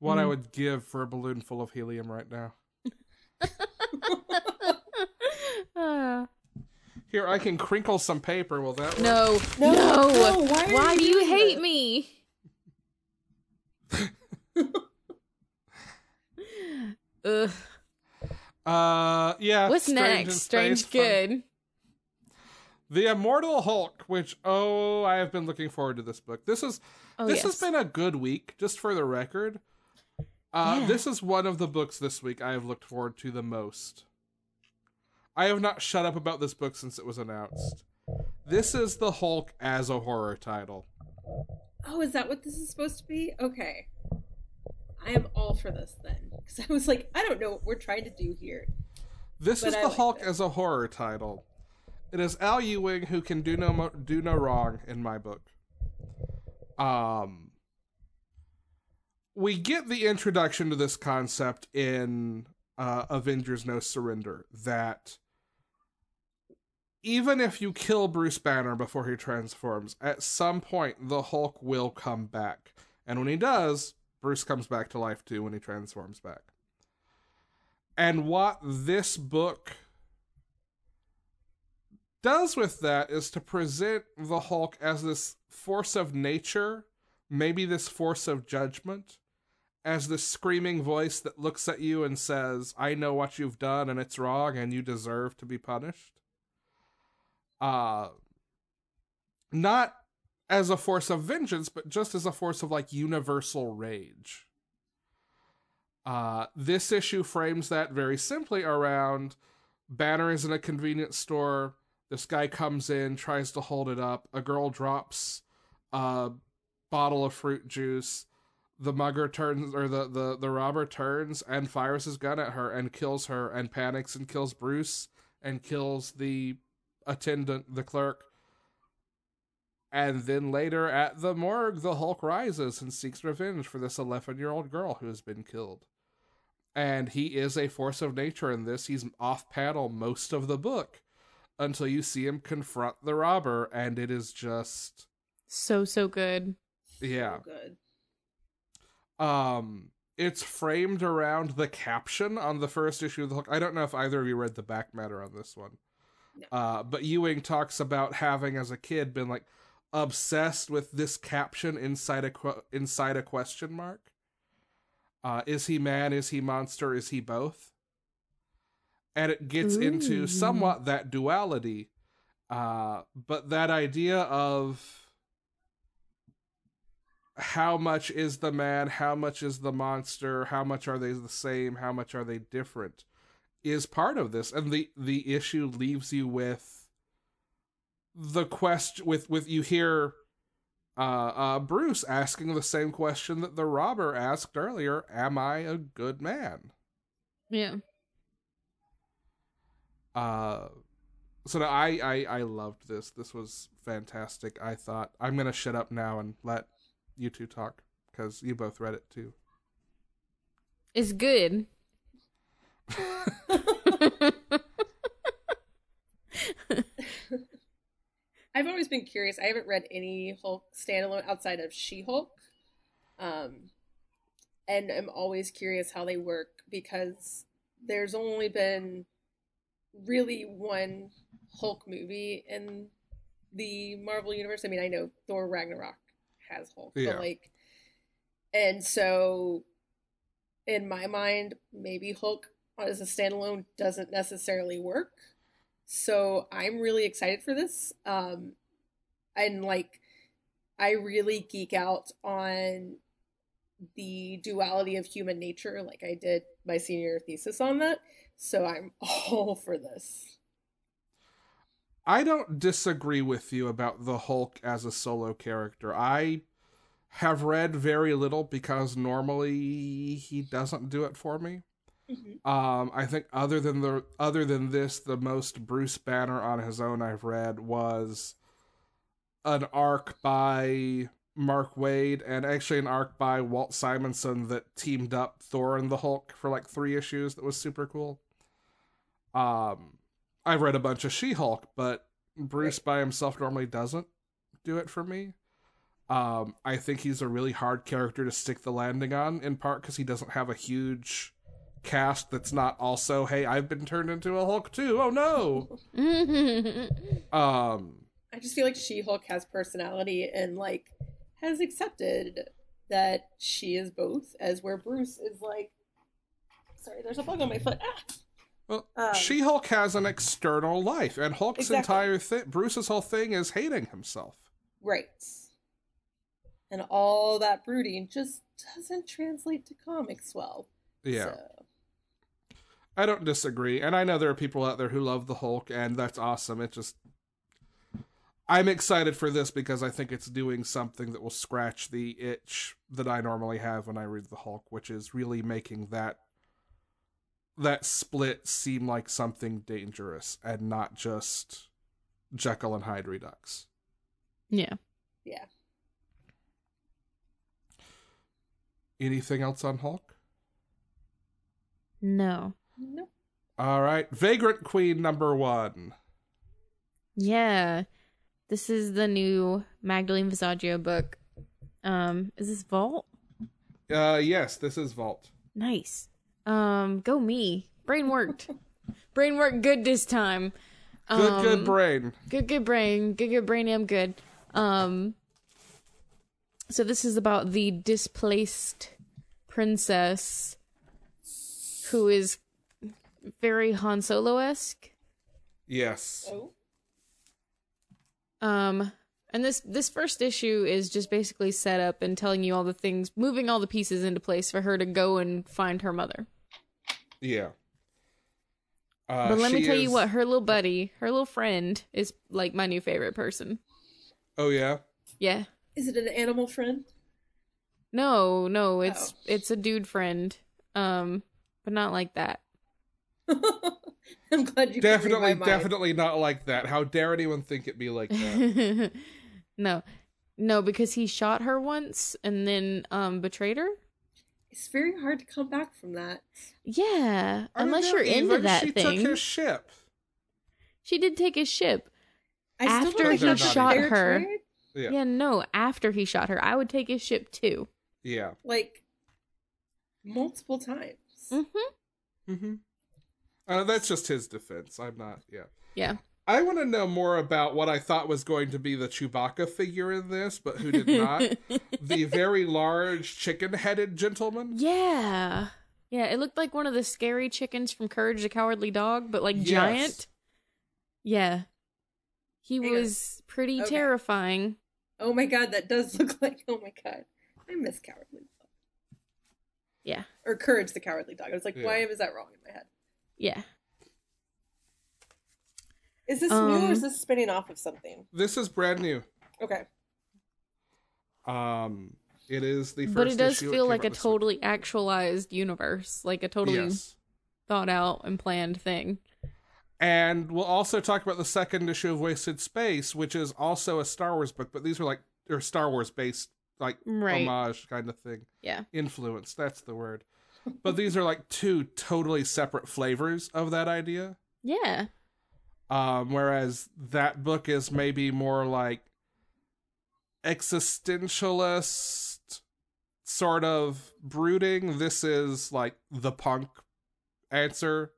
What I Mm. would give for a balloon full of helium right now. Ah. Here, I can crinkle some paper. Will that work? no. No, No. no, why are Why you do you doing hate this? me? Ugh. Uh, yeah. What's Strange in next? Strange Space from- good. The Immortal Hulk, which oh, I have been looking forward to this book. This is Oh, this yes. has been a good week, just for the record. Uh, Yeah. This is one of the books this week I have looked forward to the most. I have not shut up about this book since it was announced. This is the Hulk as a horror title. Oh, is that what this is supposed to be? Okay. I am all for this then, because I was like, I don't know what we're trying to do here. This But is I the like Hulk it. as a horror title. It is Al Ewing who can do no mo- do no wrong in my book. Um, we get the introduction to this concept in uh, Avengers: No Surrender that even if you kill Bruce Banner before he transforms, at some point the Hulk will come back, and when he does, Bruce comes back to life too when he transforms back. And what this book does with that is to present the Hulk as this force of nature, maybe this force of judgment, as this screaming voice that looks at you and says, I know what you've done and it's wrong and you deserve to be punished. Uh, not as a force of vengeance, but just as a force of like universal rage. Uh, this issue frames that very simply around Banner is in a convenience store. This guy comes in, tries to hold it up. A girl drops a bottle of fruit juice. The mugger turns, or the, the, the robber turns and fires his gun at her and kills her and panics and kills Bruce and kills the attendant, the clerk. And then later at the morgue, the Hulk rises and seeks revenge for this 11 year old girl who has been killed. And he is a force of nature in this. He's off panel most of the book until you see him confront the robber, and it is just. So, so good. Yeah. So good. Um, it's framed around the caption on the first issue of the Hulk. I don't know if either of you read the back matter on this one. No. Uh, but Ewing talks about having, as a kid, been like obsessed with this caption inside a que- inside a question mark. Uh, is he man? Is he monster? Is he both? And it gets into Ooh. somewhat that duality, uh, but that idea of how much is the man, how much is the monster, how much are they the same, how much are they different, is part of this. And the the issue leaves you with the quest with with you hear uh uh Bruce asking the same question that the robber asked earlier, am I a good man? Yeah. Uh so no, I, I I loved this. This was fantastic. I thought I'm gonna shut up now and let you two talk because you both read it too. It's good. I've always been curious. I haven't read any Hulk standalone outside of She Hulk. Um, and I'm always curious how they work because there's only been really one Hulk movie in the Marvel Universe. I mean, I know Thor Ragnarok has Hulk, Yeah. but like, and so in my mind, maybe Hulk as a standalone doesn't necessarily work. So I'm really excited for this. Um, and like, I really geek out on the duality of human nature. Like, I did my senior thesis on that. So I'm all for this. I don't disagree with you about the Hulk as a solo character. I have read very little because normally he doesn't do it for me. Um, I think other than the other than this, the most Bruce Banner on his own I've read was an arc by Mark Wade and actually an arc by Walt Simonson that teamed up Thor and the Hulk for like three issues. That was super cool. Um, I've read a bunch of She Hulk, but Bruce by himself normally doesn't do it for me. Um, I think he's a really hard character to stick the landing on, in part because he doesn't have a huge cast that's not also, hey, I've been turned into a Hulk too. Oh no. Um, I just feel like She Hulk has personality and like has accepted that she is both, as where Bruce is like, sorry, there's a bug on my foot. Ah! well, Um, She Hulk has an external life, and Hulk's Exactly. entire thing, Bruce's whole thing is hating himself. Right. And all that brooding just doesn't translate to comics well. Yeah. So, I don't disagree, and I know there are people out there who love the Hulk, and that's awesome. It just, I'm excited for this because I think it's doing something that will scratch the itch that I normally have when I read the Hulk, which is really making that that split seem like something dangerous and not just Jekyll and Hyde Redux. yeah. yeah. Anything else on Hulk? No. Nope. All right, Vagrant Queen number one. Yeah. This is the new Magdalene Visaggio book. Um, is this Vault? Uh, yes, this is Vault. Nice. Um, go me. Brain worked. Brain worked good this time. Good, good Um, brain. good good brain good good brain i'm good um so this is about the displaced princess who is very han solo-esque Yes. Oh, um and this this first issue is just basically set up and telling you all the things moving all the pieces into place for her to go and find her mother Yeah. Uh, but let me she tell you is- what her little buddy her little friend is like my new favorite person Oh yeah. yeah is it an animal friend? No, no, it's Oh. it's a dude friend. Um, but not like that. I'm glad you could read my Definitely, mind. definitely not like that. How dare anyone think it be like that? no. No, because he shot her once and then um betrayed her? It's very hard to come back from that. Yeah. I mean, unless no, you're into even that she thing. took his ship. She did take his ship. I still After don't he think that's shot fair her. trade. Yeah. Yeah. no, after he shot her. I would take his ship too. Yeah. like multiple times. Mm-hmm. Mm-hmm. Uh, that's just his defense. I'm not. Yeah. Yeah. I want to know more about what I thought was going to be the Chewbacca figure in this, but who did not. the very large chicken-headed gentleman. yeah. Yeah, it looked like one of the scary chickens from Courage the Cowardly Dog, but like Yes. giant. Yeah. He Hang on. was pretty Okay. terrifying. Oh my god, that does look like oh my god. I miss Cowardly Dog. Yeah. Or Courage the Cowardly Dog. I was like, why Yeah. is that wrong in my head? Yeah. Is this new or is Um, this spinning off of something? This is brand new. Okay. Um, it is the first. But it does issue feel came like out a this week. totally actualized universe, like a totally Yes. thought out and planned thing. And we'll also talk about the second issue of Wasted Space, which is also a Star Wars book, but these are like or Star Wars based like Right. homage kind of thing. Yeah. Influence, that's the word. But these are like two totally separate flavors of that idea. Yeah. Um, whereas that book is maybe more like existentialist sort of brooding. This is like the punk answer.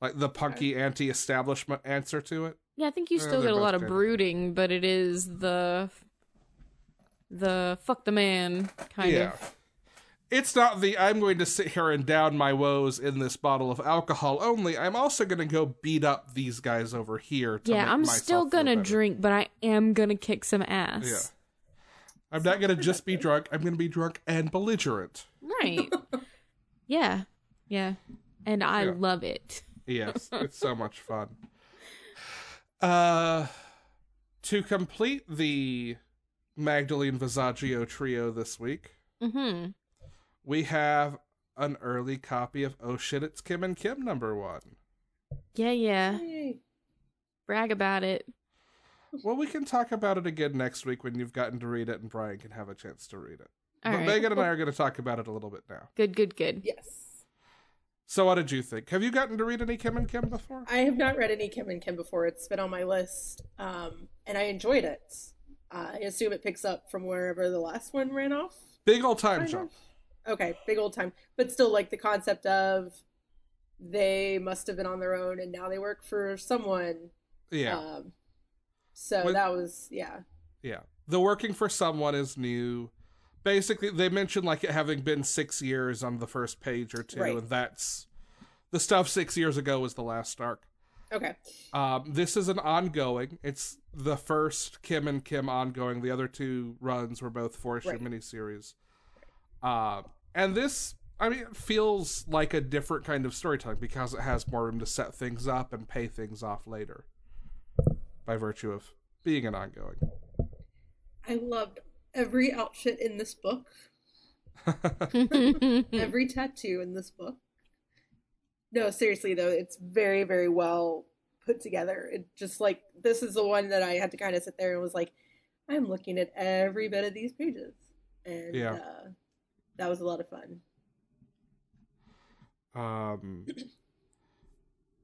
Like the punky anti establishment answer to it. Yeah, I think you Uh, still they're get a both lot of kind of- brooding, but it is the the fuck the man kind of. It's not the I'm going to sit here and down my woes in this bottle of alcohol only. I'm also going to go beat up these guys over here. To Yeah, make I'm myself still feel gonna better. drink, but I am gonna kick some Yeah. ass. I'm not going to just be drunk. I'm going to be drunk and belligerent. Right. yeah. Yeah. And I Yeah. love it. Yes, it's so much fun. Uh, to complete the Magdalene Visaggio trio this week, Mm-hmm. we have an early copy of Oh Shit, It's Kim and Kim number one. Yeah, yeah. Yay. Brag about it. Well, we can talk about it again next week when you've gotten to read it and Brian can have a chance to read it. All but right. Megan and I are going to talk about it a little bit now. Good, good, good. Yes. So, what did you think? Have you gotten to read any Kim and Kim before? I have not read any Kim and Kim before. It's been on my list, um, and I enjoyed it. I assume it picks up from wherever the last one ran off. Big old time kind jump. of. Okay, big old time, but still like the concept of they must have been on their own and now they work for someone. Yeah. Um, so Well- that was yeah. Yeah. The working for someone is new. Basically, they mentioned like it having been six years on the first page or two, Right. and that's the stuff six years ago was the last arc. Okay. Um, this is an ongoing. It's the first Kim and Kim ongoing. The other two runs were both four issue Right. miniseries. Uh, and this, I mean, it feels like a different kind of storytelling because it has more room to set things up and pay things off later by virtue of being an ongoing. I loved every outfit in this book, Hmm. every tattoo in this book. No, seriously though, it's very very well put together. It just like this is the one that I had to kind of sit there and was like, I'm looking at every bit of these pages, and Yeah. uh, that was a lot of fun. Um,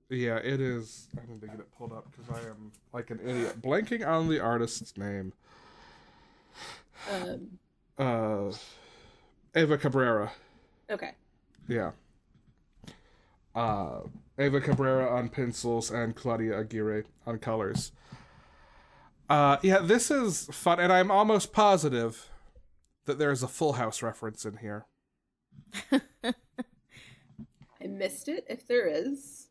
yeah, it is. I need to get it pulled up because I am like an idiot, blanking on the artist's name. Um, Uh, Eva Cabrera. okay. Yeah. uh, Ava Cabrera on pencils, and Claudia Aguirre on colors. Uh, yeah, this is fun, and I'm almost positive that there is a Full House reference in here. I missed it. If there is, is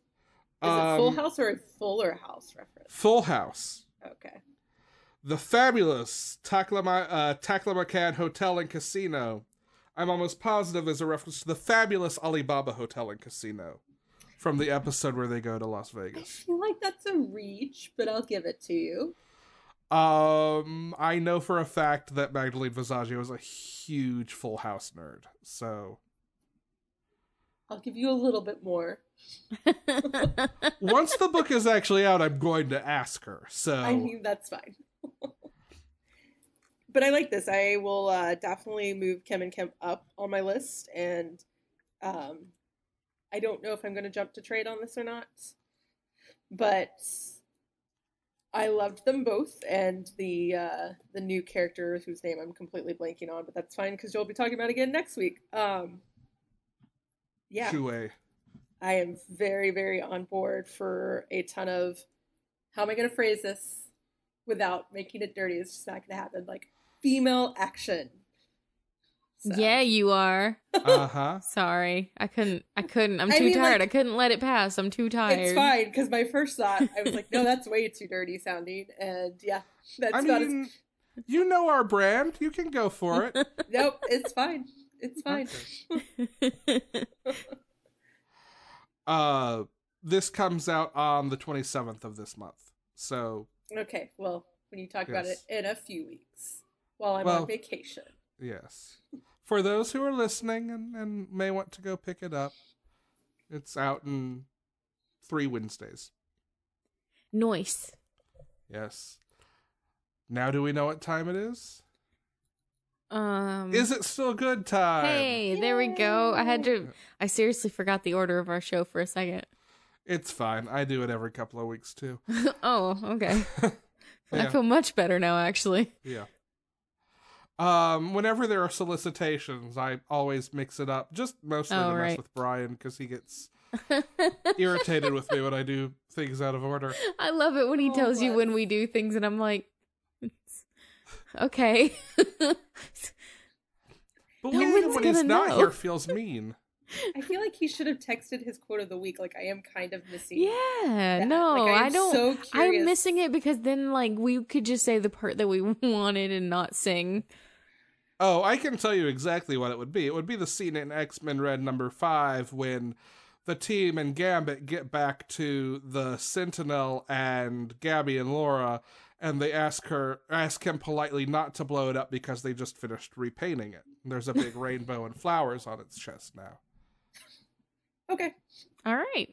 it Full Um, House or a Fuller House reference? Full House. Okay. The fabulous Taklama, uh, Taklamakan Hotel and Casino. I'm almost positive is a reference to the fabulous Alibaba Hotel and Casino from the episode where they go to Las I Vegas. feel like that's a reach, but I'll give it to you. Um, I know for a fact that Magdalene Visaggio is a huge Full House nerd, so I'll give you a little bit more. once the book is actually out, I'm going to ask her. So I mean, that's fine. but I like this. I will uh, definitely move Kim and Kim up on my list, and um, I don't know if I'm going to jump to trade on this or not. But I loved them both, and the uh, the new character whose name I'm completely blanking on, but that's fine because you'll be talking about it again next week. Um, yeah, Shue. I am very, very on board for a ton of how am I going to phrase this without making it dirty? It's just not going to happen. Like female action. So, Yeah, you are. Uh huh. Sorry, I couldn't. I couldn't. I'm I too mean, tired. like- I couldn't let it pass. I'm too tired. It's fine because my first thought, I was like, no, that's way too dirty sounding. And yeah, that's I about mean, you know our brand. You can go for it. as, nope, it's fine. It's fine. Uh, this comes out on the 27th of this month. So Okay, well, when you talk about it Yes. in a few weeks while I'm Well- on vacation. yes, for those who are listening and, and may want to go pick it up, it's out in three Wednesdays. Noise. Yes. Now do we know what time it is? Um. Is it still good time? Hey, there we go. I had to. I seriously forgot the order of our show for a second. It's fine. I do it every couple of weeks too. oh, okay. I Yeah. feel much better now, actually. Yeah. Um, whenever there are solicitations, I always mix it up. Just mostly to Oh, mess right. with Brian because he gets irritated with me when I do things out of order. I love it when he Oh, tells you what? when we do things, and I'm like, okay. But No when one's when he's gonna not know. here feels mean. I feel like he should have texted his quote of the week. Like, I am kind of missing. yeah. that. No, Like, am I don't. So I'm curious. missing it because then, like, we could just say the part that we wanted and not sing. Oh, I can tell you exactly what it would be. It would be the scene in X Men Red number five when the team and Gambit get back to the Sentinel and Gabby and Laura, and they ask her, ask him politely not to blow it up because they just finished repainting it. There's a big rainbow and flowers on its chest now. Okay. All right.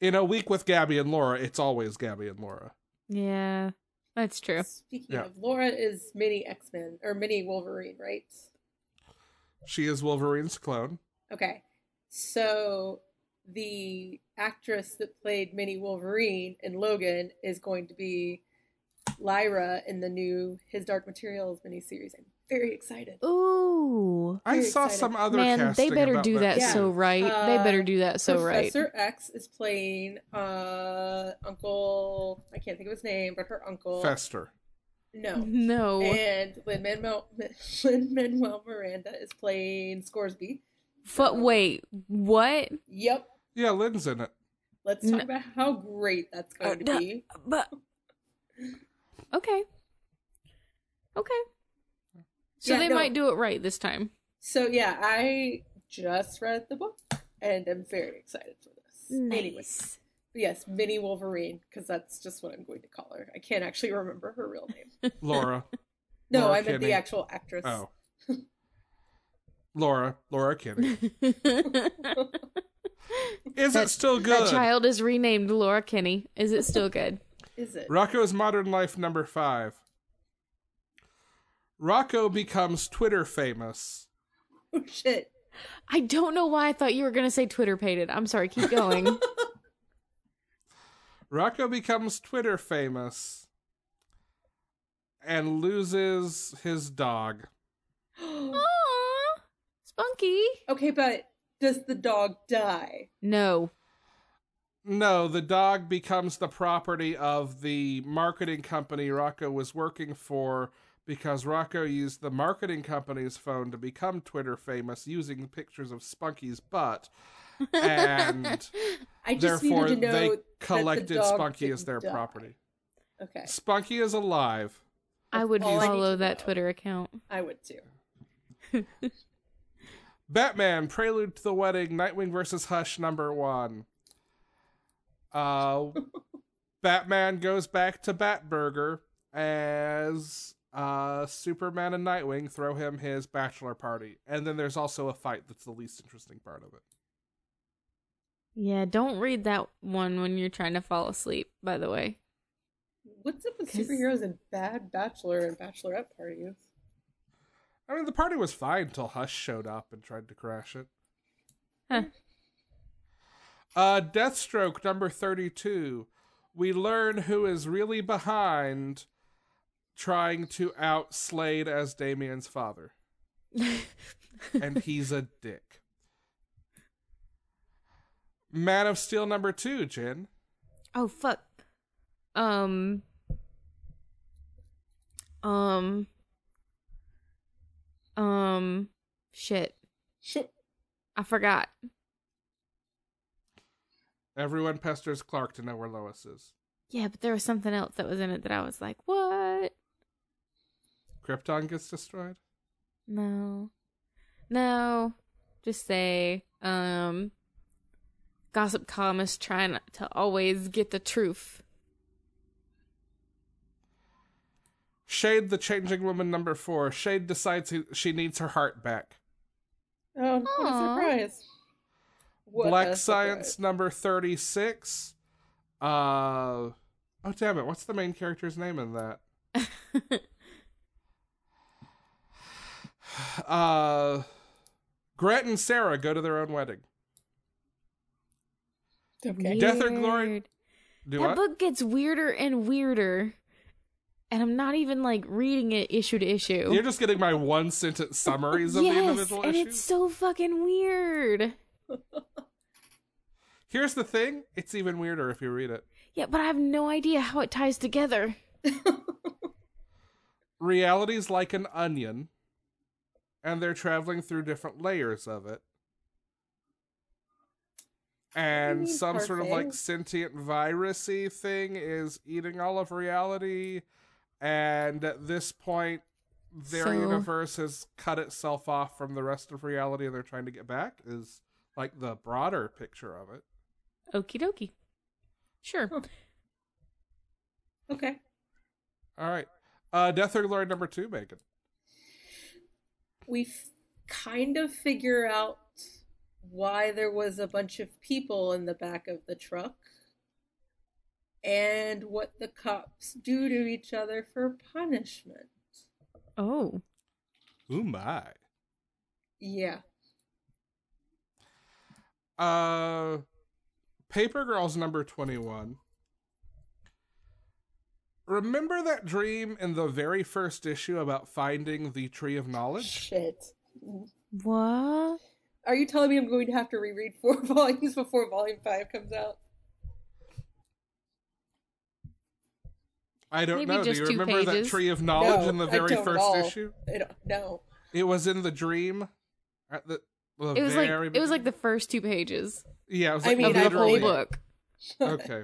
In a week with Gabby and Laura, it's always Gabby and Laura. Yeah, that's true. Speaking Yeah. of, Laura is mini X Men or mini Wolverine, right? She is Wolverine's clone. Okay. So the actress that played mini Wolverine in Logan is going to be Lyra in the new His Dark Materials miniseries. I'm very excited. Ooh. I Very saw excited. some other Man, casting they better about do that Yeah. so too. right. they better Uh, do that so right. Professor X is playing uh Uncle I can't think of his name, but her uncle. Fester. No. No. And Lin Manuel Lin Manuel Miranda is playing Scoresby. but wait, what? Yep. Yeah, Lynn's in it. Let's talk No. about how great that's Uh, going to no. be. But okay, okay. So Yeah, they no. might do it right this time. So yeah, I just read the book and I'm very excited for this. Anyway, Nice. yes, Minnie Wolverine, because that's just what I'm going to call her. I can't actually remember her real name. Laura. No, Laura I meant Kinney. the actual actress. Oh. Laura, Laura Kinney. that Is That- it still good? child is renamed Laura Kinney. Is it still good? Is it? Rocco's Modern Life number five. Rocco becomes Twitter famous. Oh shit. I don't know why I thought you were gonna say Twitter pated. I'm sorry. Keep going. Rocco becomes Twitter famous and loses his dog. Aww, spunky. okay, but does the dog die? No. No, the dog becomes the property of the marketing company Rocco was working for because Rocco used the marketing company's phone to become Twitter famous using pictures of Spunky's butt. And I just therefore, needed to know. they that the collected dog Spunky as didn't their die. property. Okay, Spunky is alive. I would all I need follow to that know. Twitter account. I would too. Batman, Prelude to the Wedding, Nightwing versus Hush, number one. Uh, Batman goes back to Batburger as uh, Superman and Nightwing throw him his bachelor party. And then there's also a fight that's the least interesting part of it. Yeah, don't read that one when you're trying to fall asleep, by the way. What's up with 'Cause- superheroes and bad bachelor and bachelorette parties? I mean, the party was fine until Hush showed up and tried to crash it. Huh. Uh, Deathstroke number 32. We learn who is really behind trying to out Slade as Damien's father. and he's a dick. Man of Steel number two, Jin. Oh fuck. Um. Um. Um. Shit, Shit. I forgot. Everyone pesters Clark to know where Lois is. Yeah, but there was something else that was in it that I was like, what? Krypton gets destroyed. No. No. Just say, um. Gossip columnist trying to always get the truth. Shade the Changing Woman number four. Shade decides he, she needs her heart back. Oh, what a Aw. surprise! What a Black surprise. Science number 36. Uh Oh damn it, what's the main character's name in that? Uh Grant and Sarah go to their own wedding. Okay. Death or Glory- Weird. Do that what? book gets weirder and weirder, and I'm not even like reading it issue to issue. You're just getting my one sentence summaries of yes, the individual and issues. it's so fucking weird. Here's the thing, it's even weirder if you read it. Yeah, but I have no idea how it ties together. Reality's like an onion, and they're traveling through different layers of it. And mean some sort of like parfait? sentient virusy thing is eating all of reality, and at this point, their So- universe has cut itself off from the rest of reality, and they're trying to get back. Is like the broader picture of it. Okie dokie. Sure. okay. All right, uh, Death or Glory number two, Megan. we f- kind of figure out why there was a bunch of people in the back of the truck and what the cops do to each other for punishment. Oh. Ooh my. Yeah. Uh, Paper Girls number 21. Remember that dream in the very first issue about finding the Tree of Knowledge? Shit. What? Are you telling me I'm going to have to reread four volumes before volume five comes out? I don't Maybe know. Do just you two remember that pages. Tree of Knowledge No, in the I very don't at first all. issue? I don't know. It was in the dream. At the, the It was like very it was like the beginning. first two pages yeah. It was I like mean, of I the whole believe it. literally- book. Okay.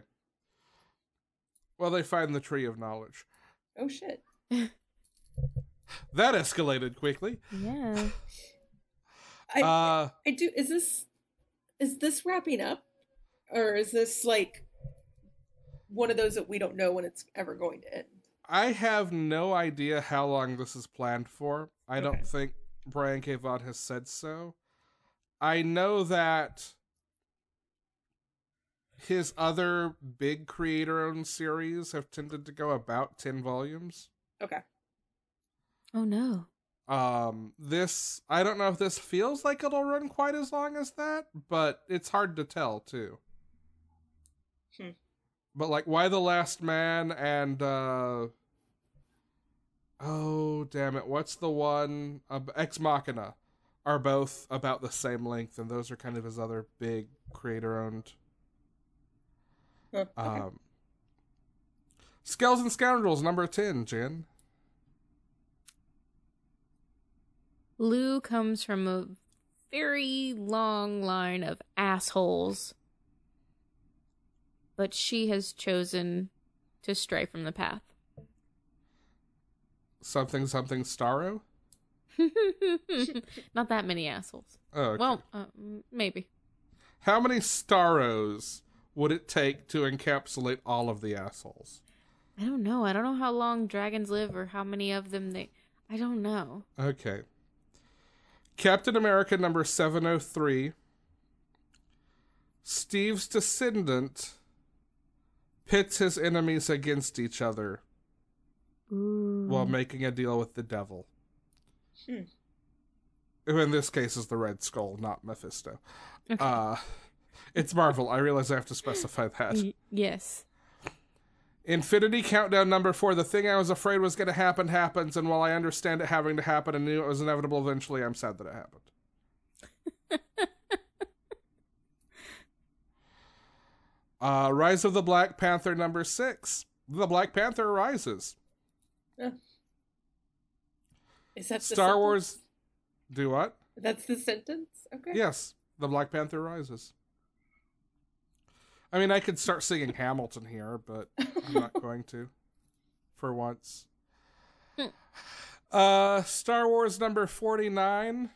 Well, they find the Tree of Knowledge. Oh shit. That escalated quickly. Yeah. I uh, I do is this is this wrapping up? Or is this like one of those that we don't know when it's ever going to end? I have no idea how long this is planned for. I Okay. don't think Brian K. Vaughan has said so. I know that his other big creator owned series have tended to go about 10 volumes. Okay. Oh no. Um, this, I don't know if this feels like it'll run quite as long as that, but it's hard to tell too. Hmm. But like, why the last man and uh, oh damn it, what's the one uh, Ex Machina are both about the same length, and those are kind of his other big creator owned Huh, okay. Um, Scales and Scoundrels, number 10, Jen. Lou comes from a very long line of assholes, but she has chosen to stray from the path. Something, something, Starro. Not that many assholes. Oh, okay. Well, uh, m- maybe. How many Starros would it take to encapsulate all of the assholes? I don't know. I don't know how long dragons live or how many of them they. I don't know. Okay. Captain America number 703. Steve's descendant pits his enemies against each other Mm-hmm. while making a deal with the devil. Hmm. Who in this case is the Red Skull, not Mephisto. Okay. Uh, it's Marvel. I realize I have to specify that. Y- yes. Infinity Countdown number four. The thing I was afraid was going to happen happens, and while I understand it having to happen and knew it was inevitable eventually, I'm sad that it happened. uh, Rise of the Black Panther number six. The Black Panther rises. Is Star that the sentence? Wars. Do what? That's the sentence. Okay. Yes, the Black Panther rises. I mean, I could start singing Hamilton here, but I'm not going to for once. Uh, Star Wars number 49.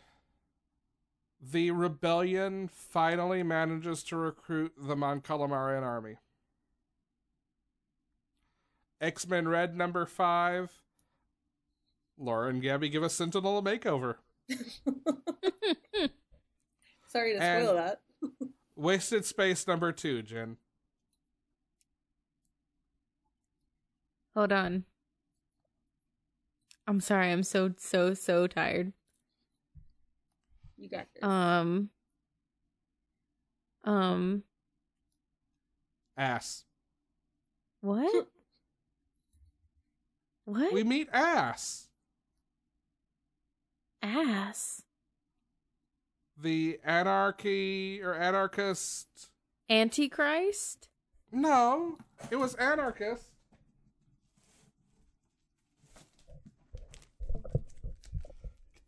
The rebellion finally manages to recruit the Mon Calamarian army. X Men Red number 5. Laura and Gabby give a Sentinel a makeover. Sorry to And- spoil that. Wasted Space number 2, Jen. Hold on. I'm sorry. I'm so so so tired. You got this. Um. Um. Ass. What? What? We meet Ass, Ass. the anarchy or anarchist. Antichrist. No, it was anarchist.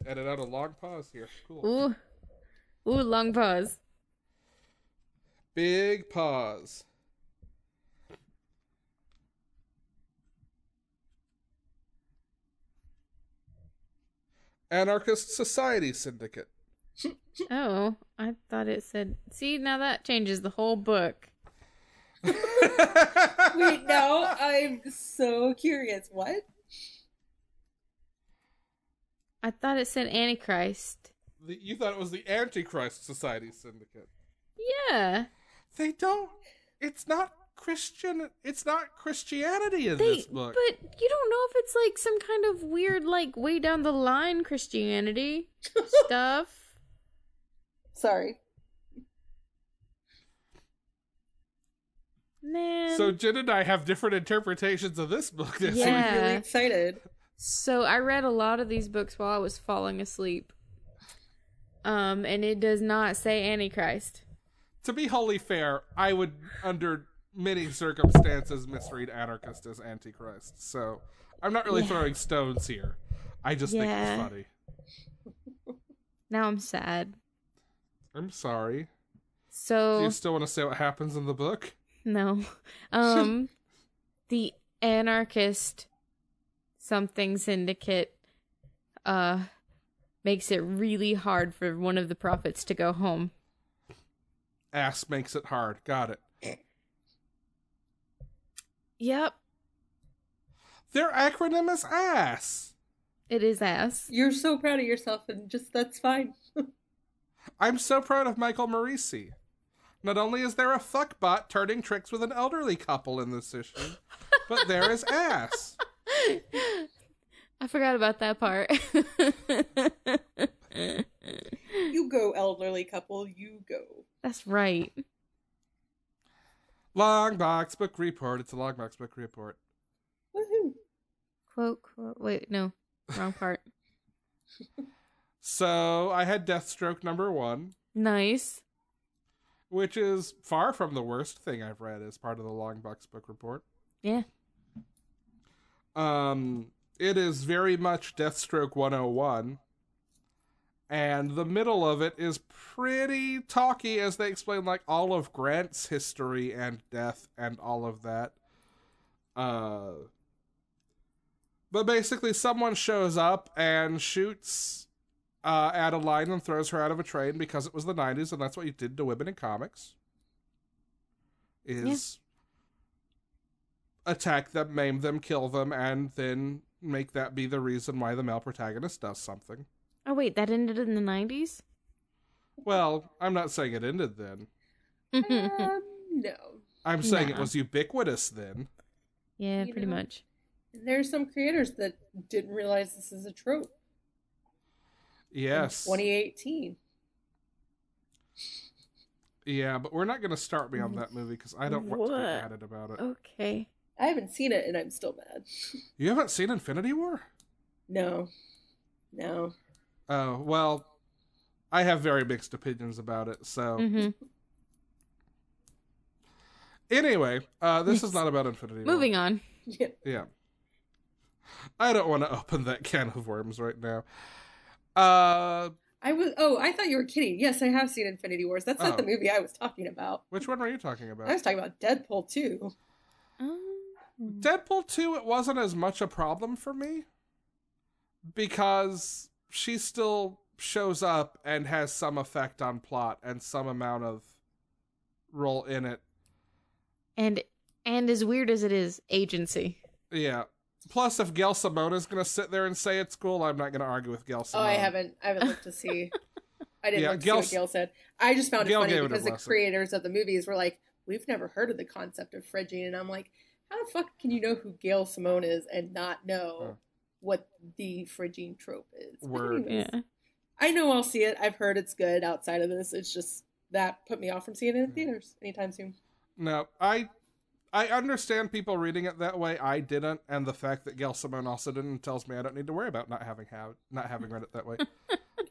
Edit out a long pause here. Cool. Ooh. Ooh. Long pause. Big pause. Anarchist Society Syndicate. Oh, I thought it said. See, now that changes the whole book. Wait, no, I'm so curious. What? I thought it said Antichrist. The, you thought it was the Antichrist Society Syndicate. Yeah. They don't. It's not Christian. It's not Christianity in They, this book. but you don't know if it's like some kind of weird, like way down the line Christianity stuff. Sorry. Man. so Jen and I have different interpretations of this book. This Yeah. week. I'm really excited. So I read a lot of these books while I was falling asleep. Um, and it does not say Antichrist. To be wholly fair, I would, under many circumstances, misread anarchist as Antichrist. So I'm not really Yeah. throwing stones here. I just Yeah. think it's funny. Now I'm sad. I'm sorry. Do So you still want to say what happens in the book? no. Um the anarchist something syndicate uh makes it really hard for one of the prophets to go home. Ass makes it hard. Got it. Yep, Their acronym is ASS. it is ass. You're so proud of yourself, and just that's fine. I'm so proud of Michael Morisi. Not only is there a fuckbot turning tricks with an elderly couple in this issue, but there is ass. I forgot about that part. You go, elderly couple. You go. That's right. Long box book report. It's a long box book report. Woohoo! Quote, quote. Wait, no, wrong part. So I had Deathstroke number one. nice. which is far from the worst thing I've read as part of the Long Box Book Report. Yeah. Um, it is very much Deathstroke 101, and the middle of it is pretty talky as they explain like all of Grant's history and death and all of that. Uh, but basically, someone shows up and shoots uh, Adeline and throws her out of a train because it was the 90s and that's what you did to women in comics. Is attack them, maim them, kill them, and then make that be the reason why the male protagonist does something. Oh wait, that ended in the nineties. Well, I'm not saying it ended then. yeah, Um, no. I'm saying it Nah. was ubiquitous then. You pretty know. much. There's some creators that didn't realize this is a trope. in Yes. 2018. Yeah, but we're not going to start me on that movie because I don't want to What? be mad at about it. Okay. I haven't seen it and I'm still mad. You haven't seen Infinity War? No. No. Oh, well, I have very mixed opinions about it, so. hmm Anyway, uh, this is Yes. not about Infinity War. Moving on. Yeah. Yeah. I don't want to open that can of worms right now. Uh, I was. Oh, I thought you were kidding. Yes, I have seen Infinity Wars. That's not Oh. the movie I was talking about. which one were you talking I about? was talking about Deadpool too. Um, Deadpool 2, it wasn't as much a problem for me because she still shows up and has some effect on plot and some amount of role in it. and and as weird as it is, agency. Yeah. Plus, if Gail Simone is going to sit there and say it's cool, I'm not going to argue with Gail Oh, Simone. I haven't. I haven't looked to see. I didn't Yeah, look to Gail s- see what Gail said. I just found it Gail funny gave it a because the blessing. creators of the movies were like, "We've never heard of the concept of fridging," and I'm like, "How the fuck can you know who Gail Simone is and not know Huh. what the fridging trope is?" I don't Word. even- Yeah. I know I'll see it. I've heard it's good. Outside of this, it's just that put me off from seeing it in Yeah. theaters anytime soon. No, I I understand people reading it that way. I didn't, and the fact that Gail Simone also didn't tells me I don't need to worry about not having have not having read it that way.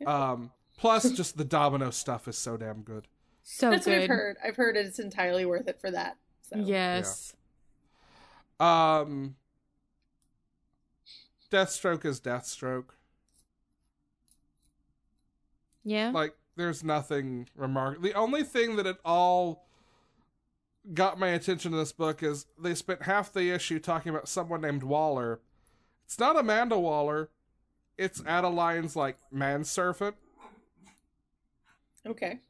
um, plus, just the Domino stuff is so damn good. So That's good. what I've heard. I've heard it's entirely worth it for that. So. Yes. Um, Deathstroke is Deathstroke. Yeah. Like, there's nothing remarkable. The only thing that it all got my attention in this book is they spent half the issue talking about someone named Waller. It's not Amanda Waller. It's Adeline's like manservant. Okay.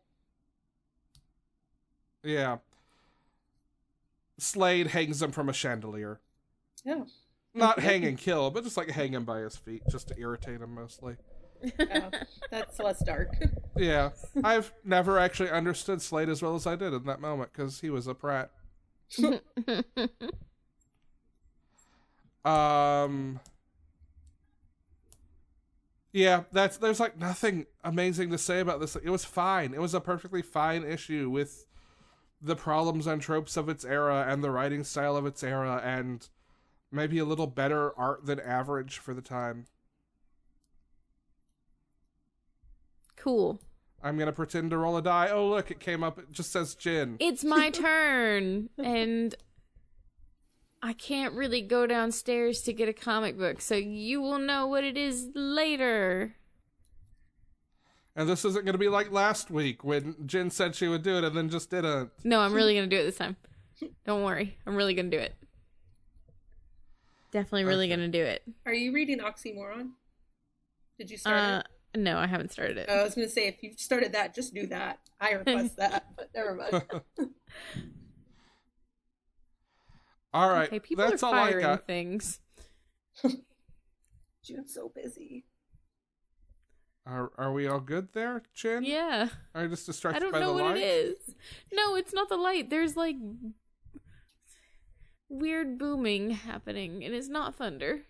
Yeah. Slade hangs him from a chandelier. Yeah. Not hang and kill, but just like hang him by his feet just to irritate him mostly. Oh, that's less dark. Yeah. I've never actually understood Slade as well as I did in that moment because he was a prat. Um Yeah, that's there's like nothing amazing to say about this. It was fine. It was a perfectly fine issue with the problems and tropes of its era and the writing style of its era and maybe a little better art than average for the time. cool. I'm going to pretend to roll a die. Oh, look, it came up. It just says gin. It's my turn, and I can't really go downstairs to get a comic book, so you will know what it is later. And this isn't going to be like last week when Jen said she would do it and then just didn't. No, I'm really gonna do it this time. Don't worry, I'm really gonna do it. Definitely, really Okay. gonna do it. Are you reading Oxymoron? Did you start Uh, it? no, I haven't started it. Oh, I was gonna say if you've started that, just do that. I request that, but never mind. All right. okay, people that's are all I firing got. things. June's so busy. Are, are we all good there, Jen? Yeah, Are you just distracted I don't by know the what light? it is. No, it's not the light. There's like weird booming happening, and it's not thunder.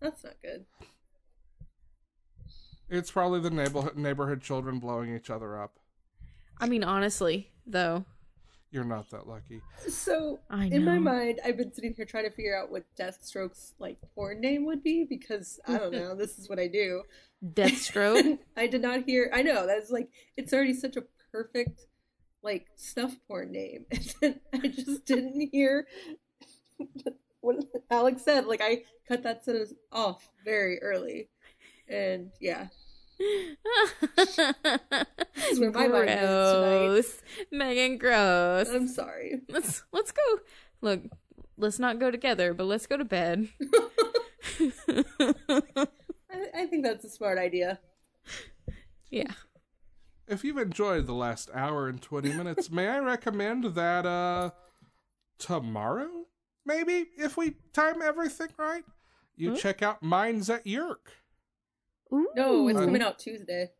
That's not good. It's probably the neighborhood, neighborhood children blowing each other up. I mean, honestly, though. You're not that lucky. So I in my know. mind, I've been sitting here trying to figure out what Deathstroke's like porn name would be because I don't know. this is what I do. Deathstroke. I did not hear. I know that's like it's already such a perfect like snuff porn name, and then I just didn't hear what Alex said. Like I cut that sentence off very early, and yeah, is where my mind is tonight. gross. Megan, gross. I'm sorry. let's let's go. Look, let's not go together, but let's go to bed. I, I think that's a smart idea. yeah. If you've enjoyed the last hour and 20 minutes, may I recommend that, uh, tomorrow? Maybe, if we time everything right, you Huh? check out Minds at Yerk. Hmm. No, it's Ooh. coming out Tuesday.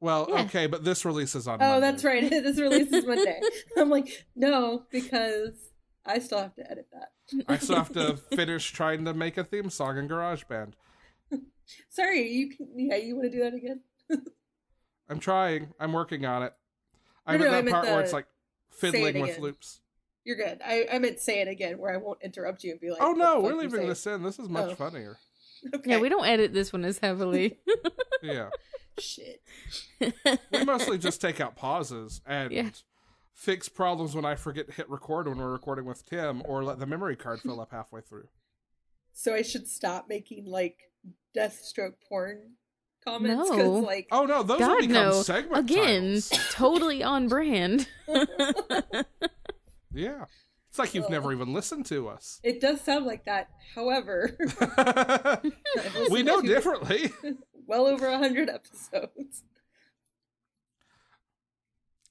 Well, Yeah. okay, but this releases on Monday. Oh, that's right. This releases Monday. I'm like, no, because I still have to edit that. I still have to finish trying to make a theme song in GarageBand. Sorry, you can. Yeah, you want to do that again? I'm trying. I'm working on it. I'm No, at no, I that meant part where the- it's like it fiddling with again. loops. You're good. I, I meant say it again, where I won't interrupt you and be like, oh what no, the we're fuck you leaving saying? this in. This is much Oh. funnier. Okay. Yeah, we don't edit this one as heavily. Yeah. Shit. we mostly just take out pauses and Yeah. fix problems when I forget to hit record when we're recording with Tim or let the memory card fill up halfway through. So I should stop making like Deathstroke porn comments because No. like Oh no, those will God become no. segment Again, titles. totally on brand. Yeah. It's like you've Ugh. never even listened to us. it does sound like that. However, I've we listened know to differently. Well over a hundred episodes.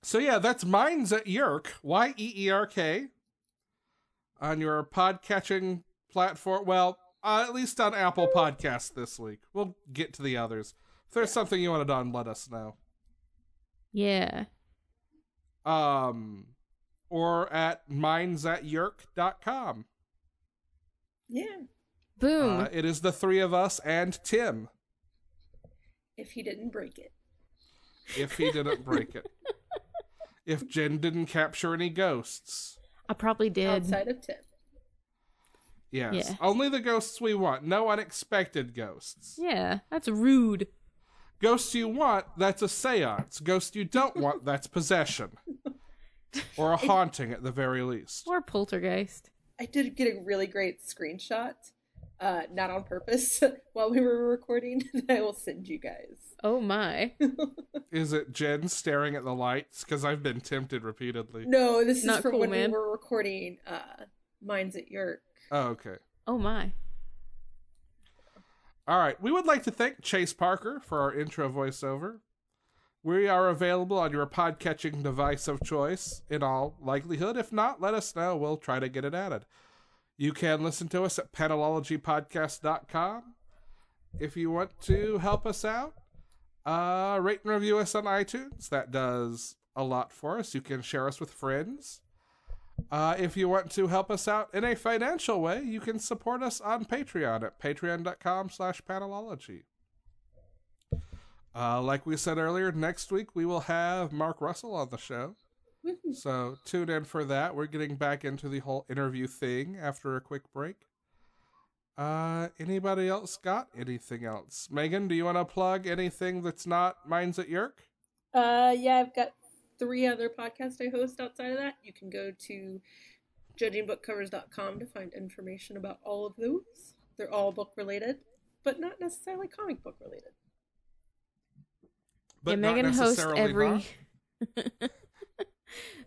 So yeah, that's Minds at Yerk, Y E E R K, on your podcatching platform. Well, uh, at least on Apple Podcasts this week. We'll get to the others. If there's something you want to on, let us know. yeah. Um, or at mindsatyerk.com. Yeah. Boom. Uh, it is the three of us and Tim, If he didn't break it. if he didn't break it. If Jen didn't capture any ghosts. I probably did. Outside of Tim. Yes. Yeah. Only the ghosts we want. No unexpected ghosts. Yeah, that's rude. Ghost you want, that's a seance. Ghost you don't want, that's possession. Or a haunting at the very least. Or poltergeist. I did get a really great screenshot, uh, not on purpose, while we were recording that I will send you guys. Oh my. Is it Jen staring at the lights? Because I've been tempted repeatedly. No, this is Not from cool, when man. we were recording uh, Minds at York. Oh, okay. Oh my. All right. We would like to thank Chase Parker for our intro voiceover. We are available on your podcatching device of choice, in all likelihood. If not, let us know. We'll try to get it added. You can listen to us at panelologypodcast.com. If you want to help us out, uh, rate and review us on iTunes. That does a lot for us. You can share us with friends. Uh, if you want to help us out in a financial way, you can support us on Patreon at patreon.com slash panelology. Uh, like we said earlier, next week we will have Mark Russell on the show. So tune in for that. We're getting back into the whole interview thing after a quick break. Uh, anybody else got anything else? Megan, do you want to plug anything that's not Minds at Yerk? Uh, yeah, I've got three other podcasts I host outside of that. You can go to judgingbookcovers.com to find information about all of those. They're all book related, but not necessarily comic book related. But yeah, not Megan hosts necessarily every. not?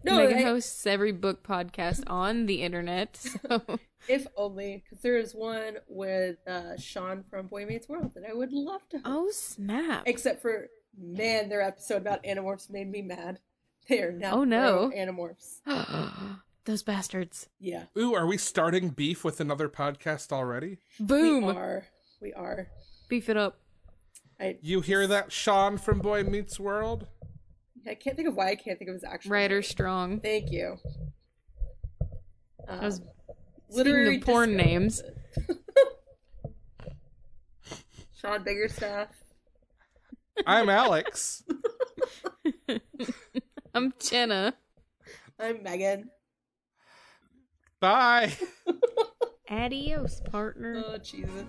No, Megan I- hosts every book podcast on the internet. So If only, because there is one with uh, Sean from Boy Meets World that I would love to host. oh snap! Except for, man, their episode about Animorphs made me mad. They are now Oh, no. pro Animorphs. Those bastards! Yeah. Ooh, are we starting beef with another podcast already? We Boom! are. We are. Beef it up. I, You hear that, Sean from Boy Meets World? I can't think of why I can't think of his actual Writer name. strong. Thank you. Um, was- literary of porn disco. names. Sean Biggerstaff. I'm Alex. I'm Jenna. I'm Megan. Bye. Adios, partner. Oh, Jesus.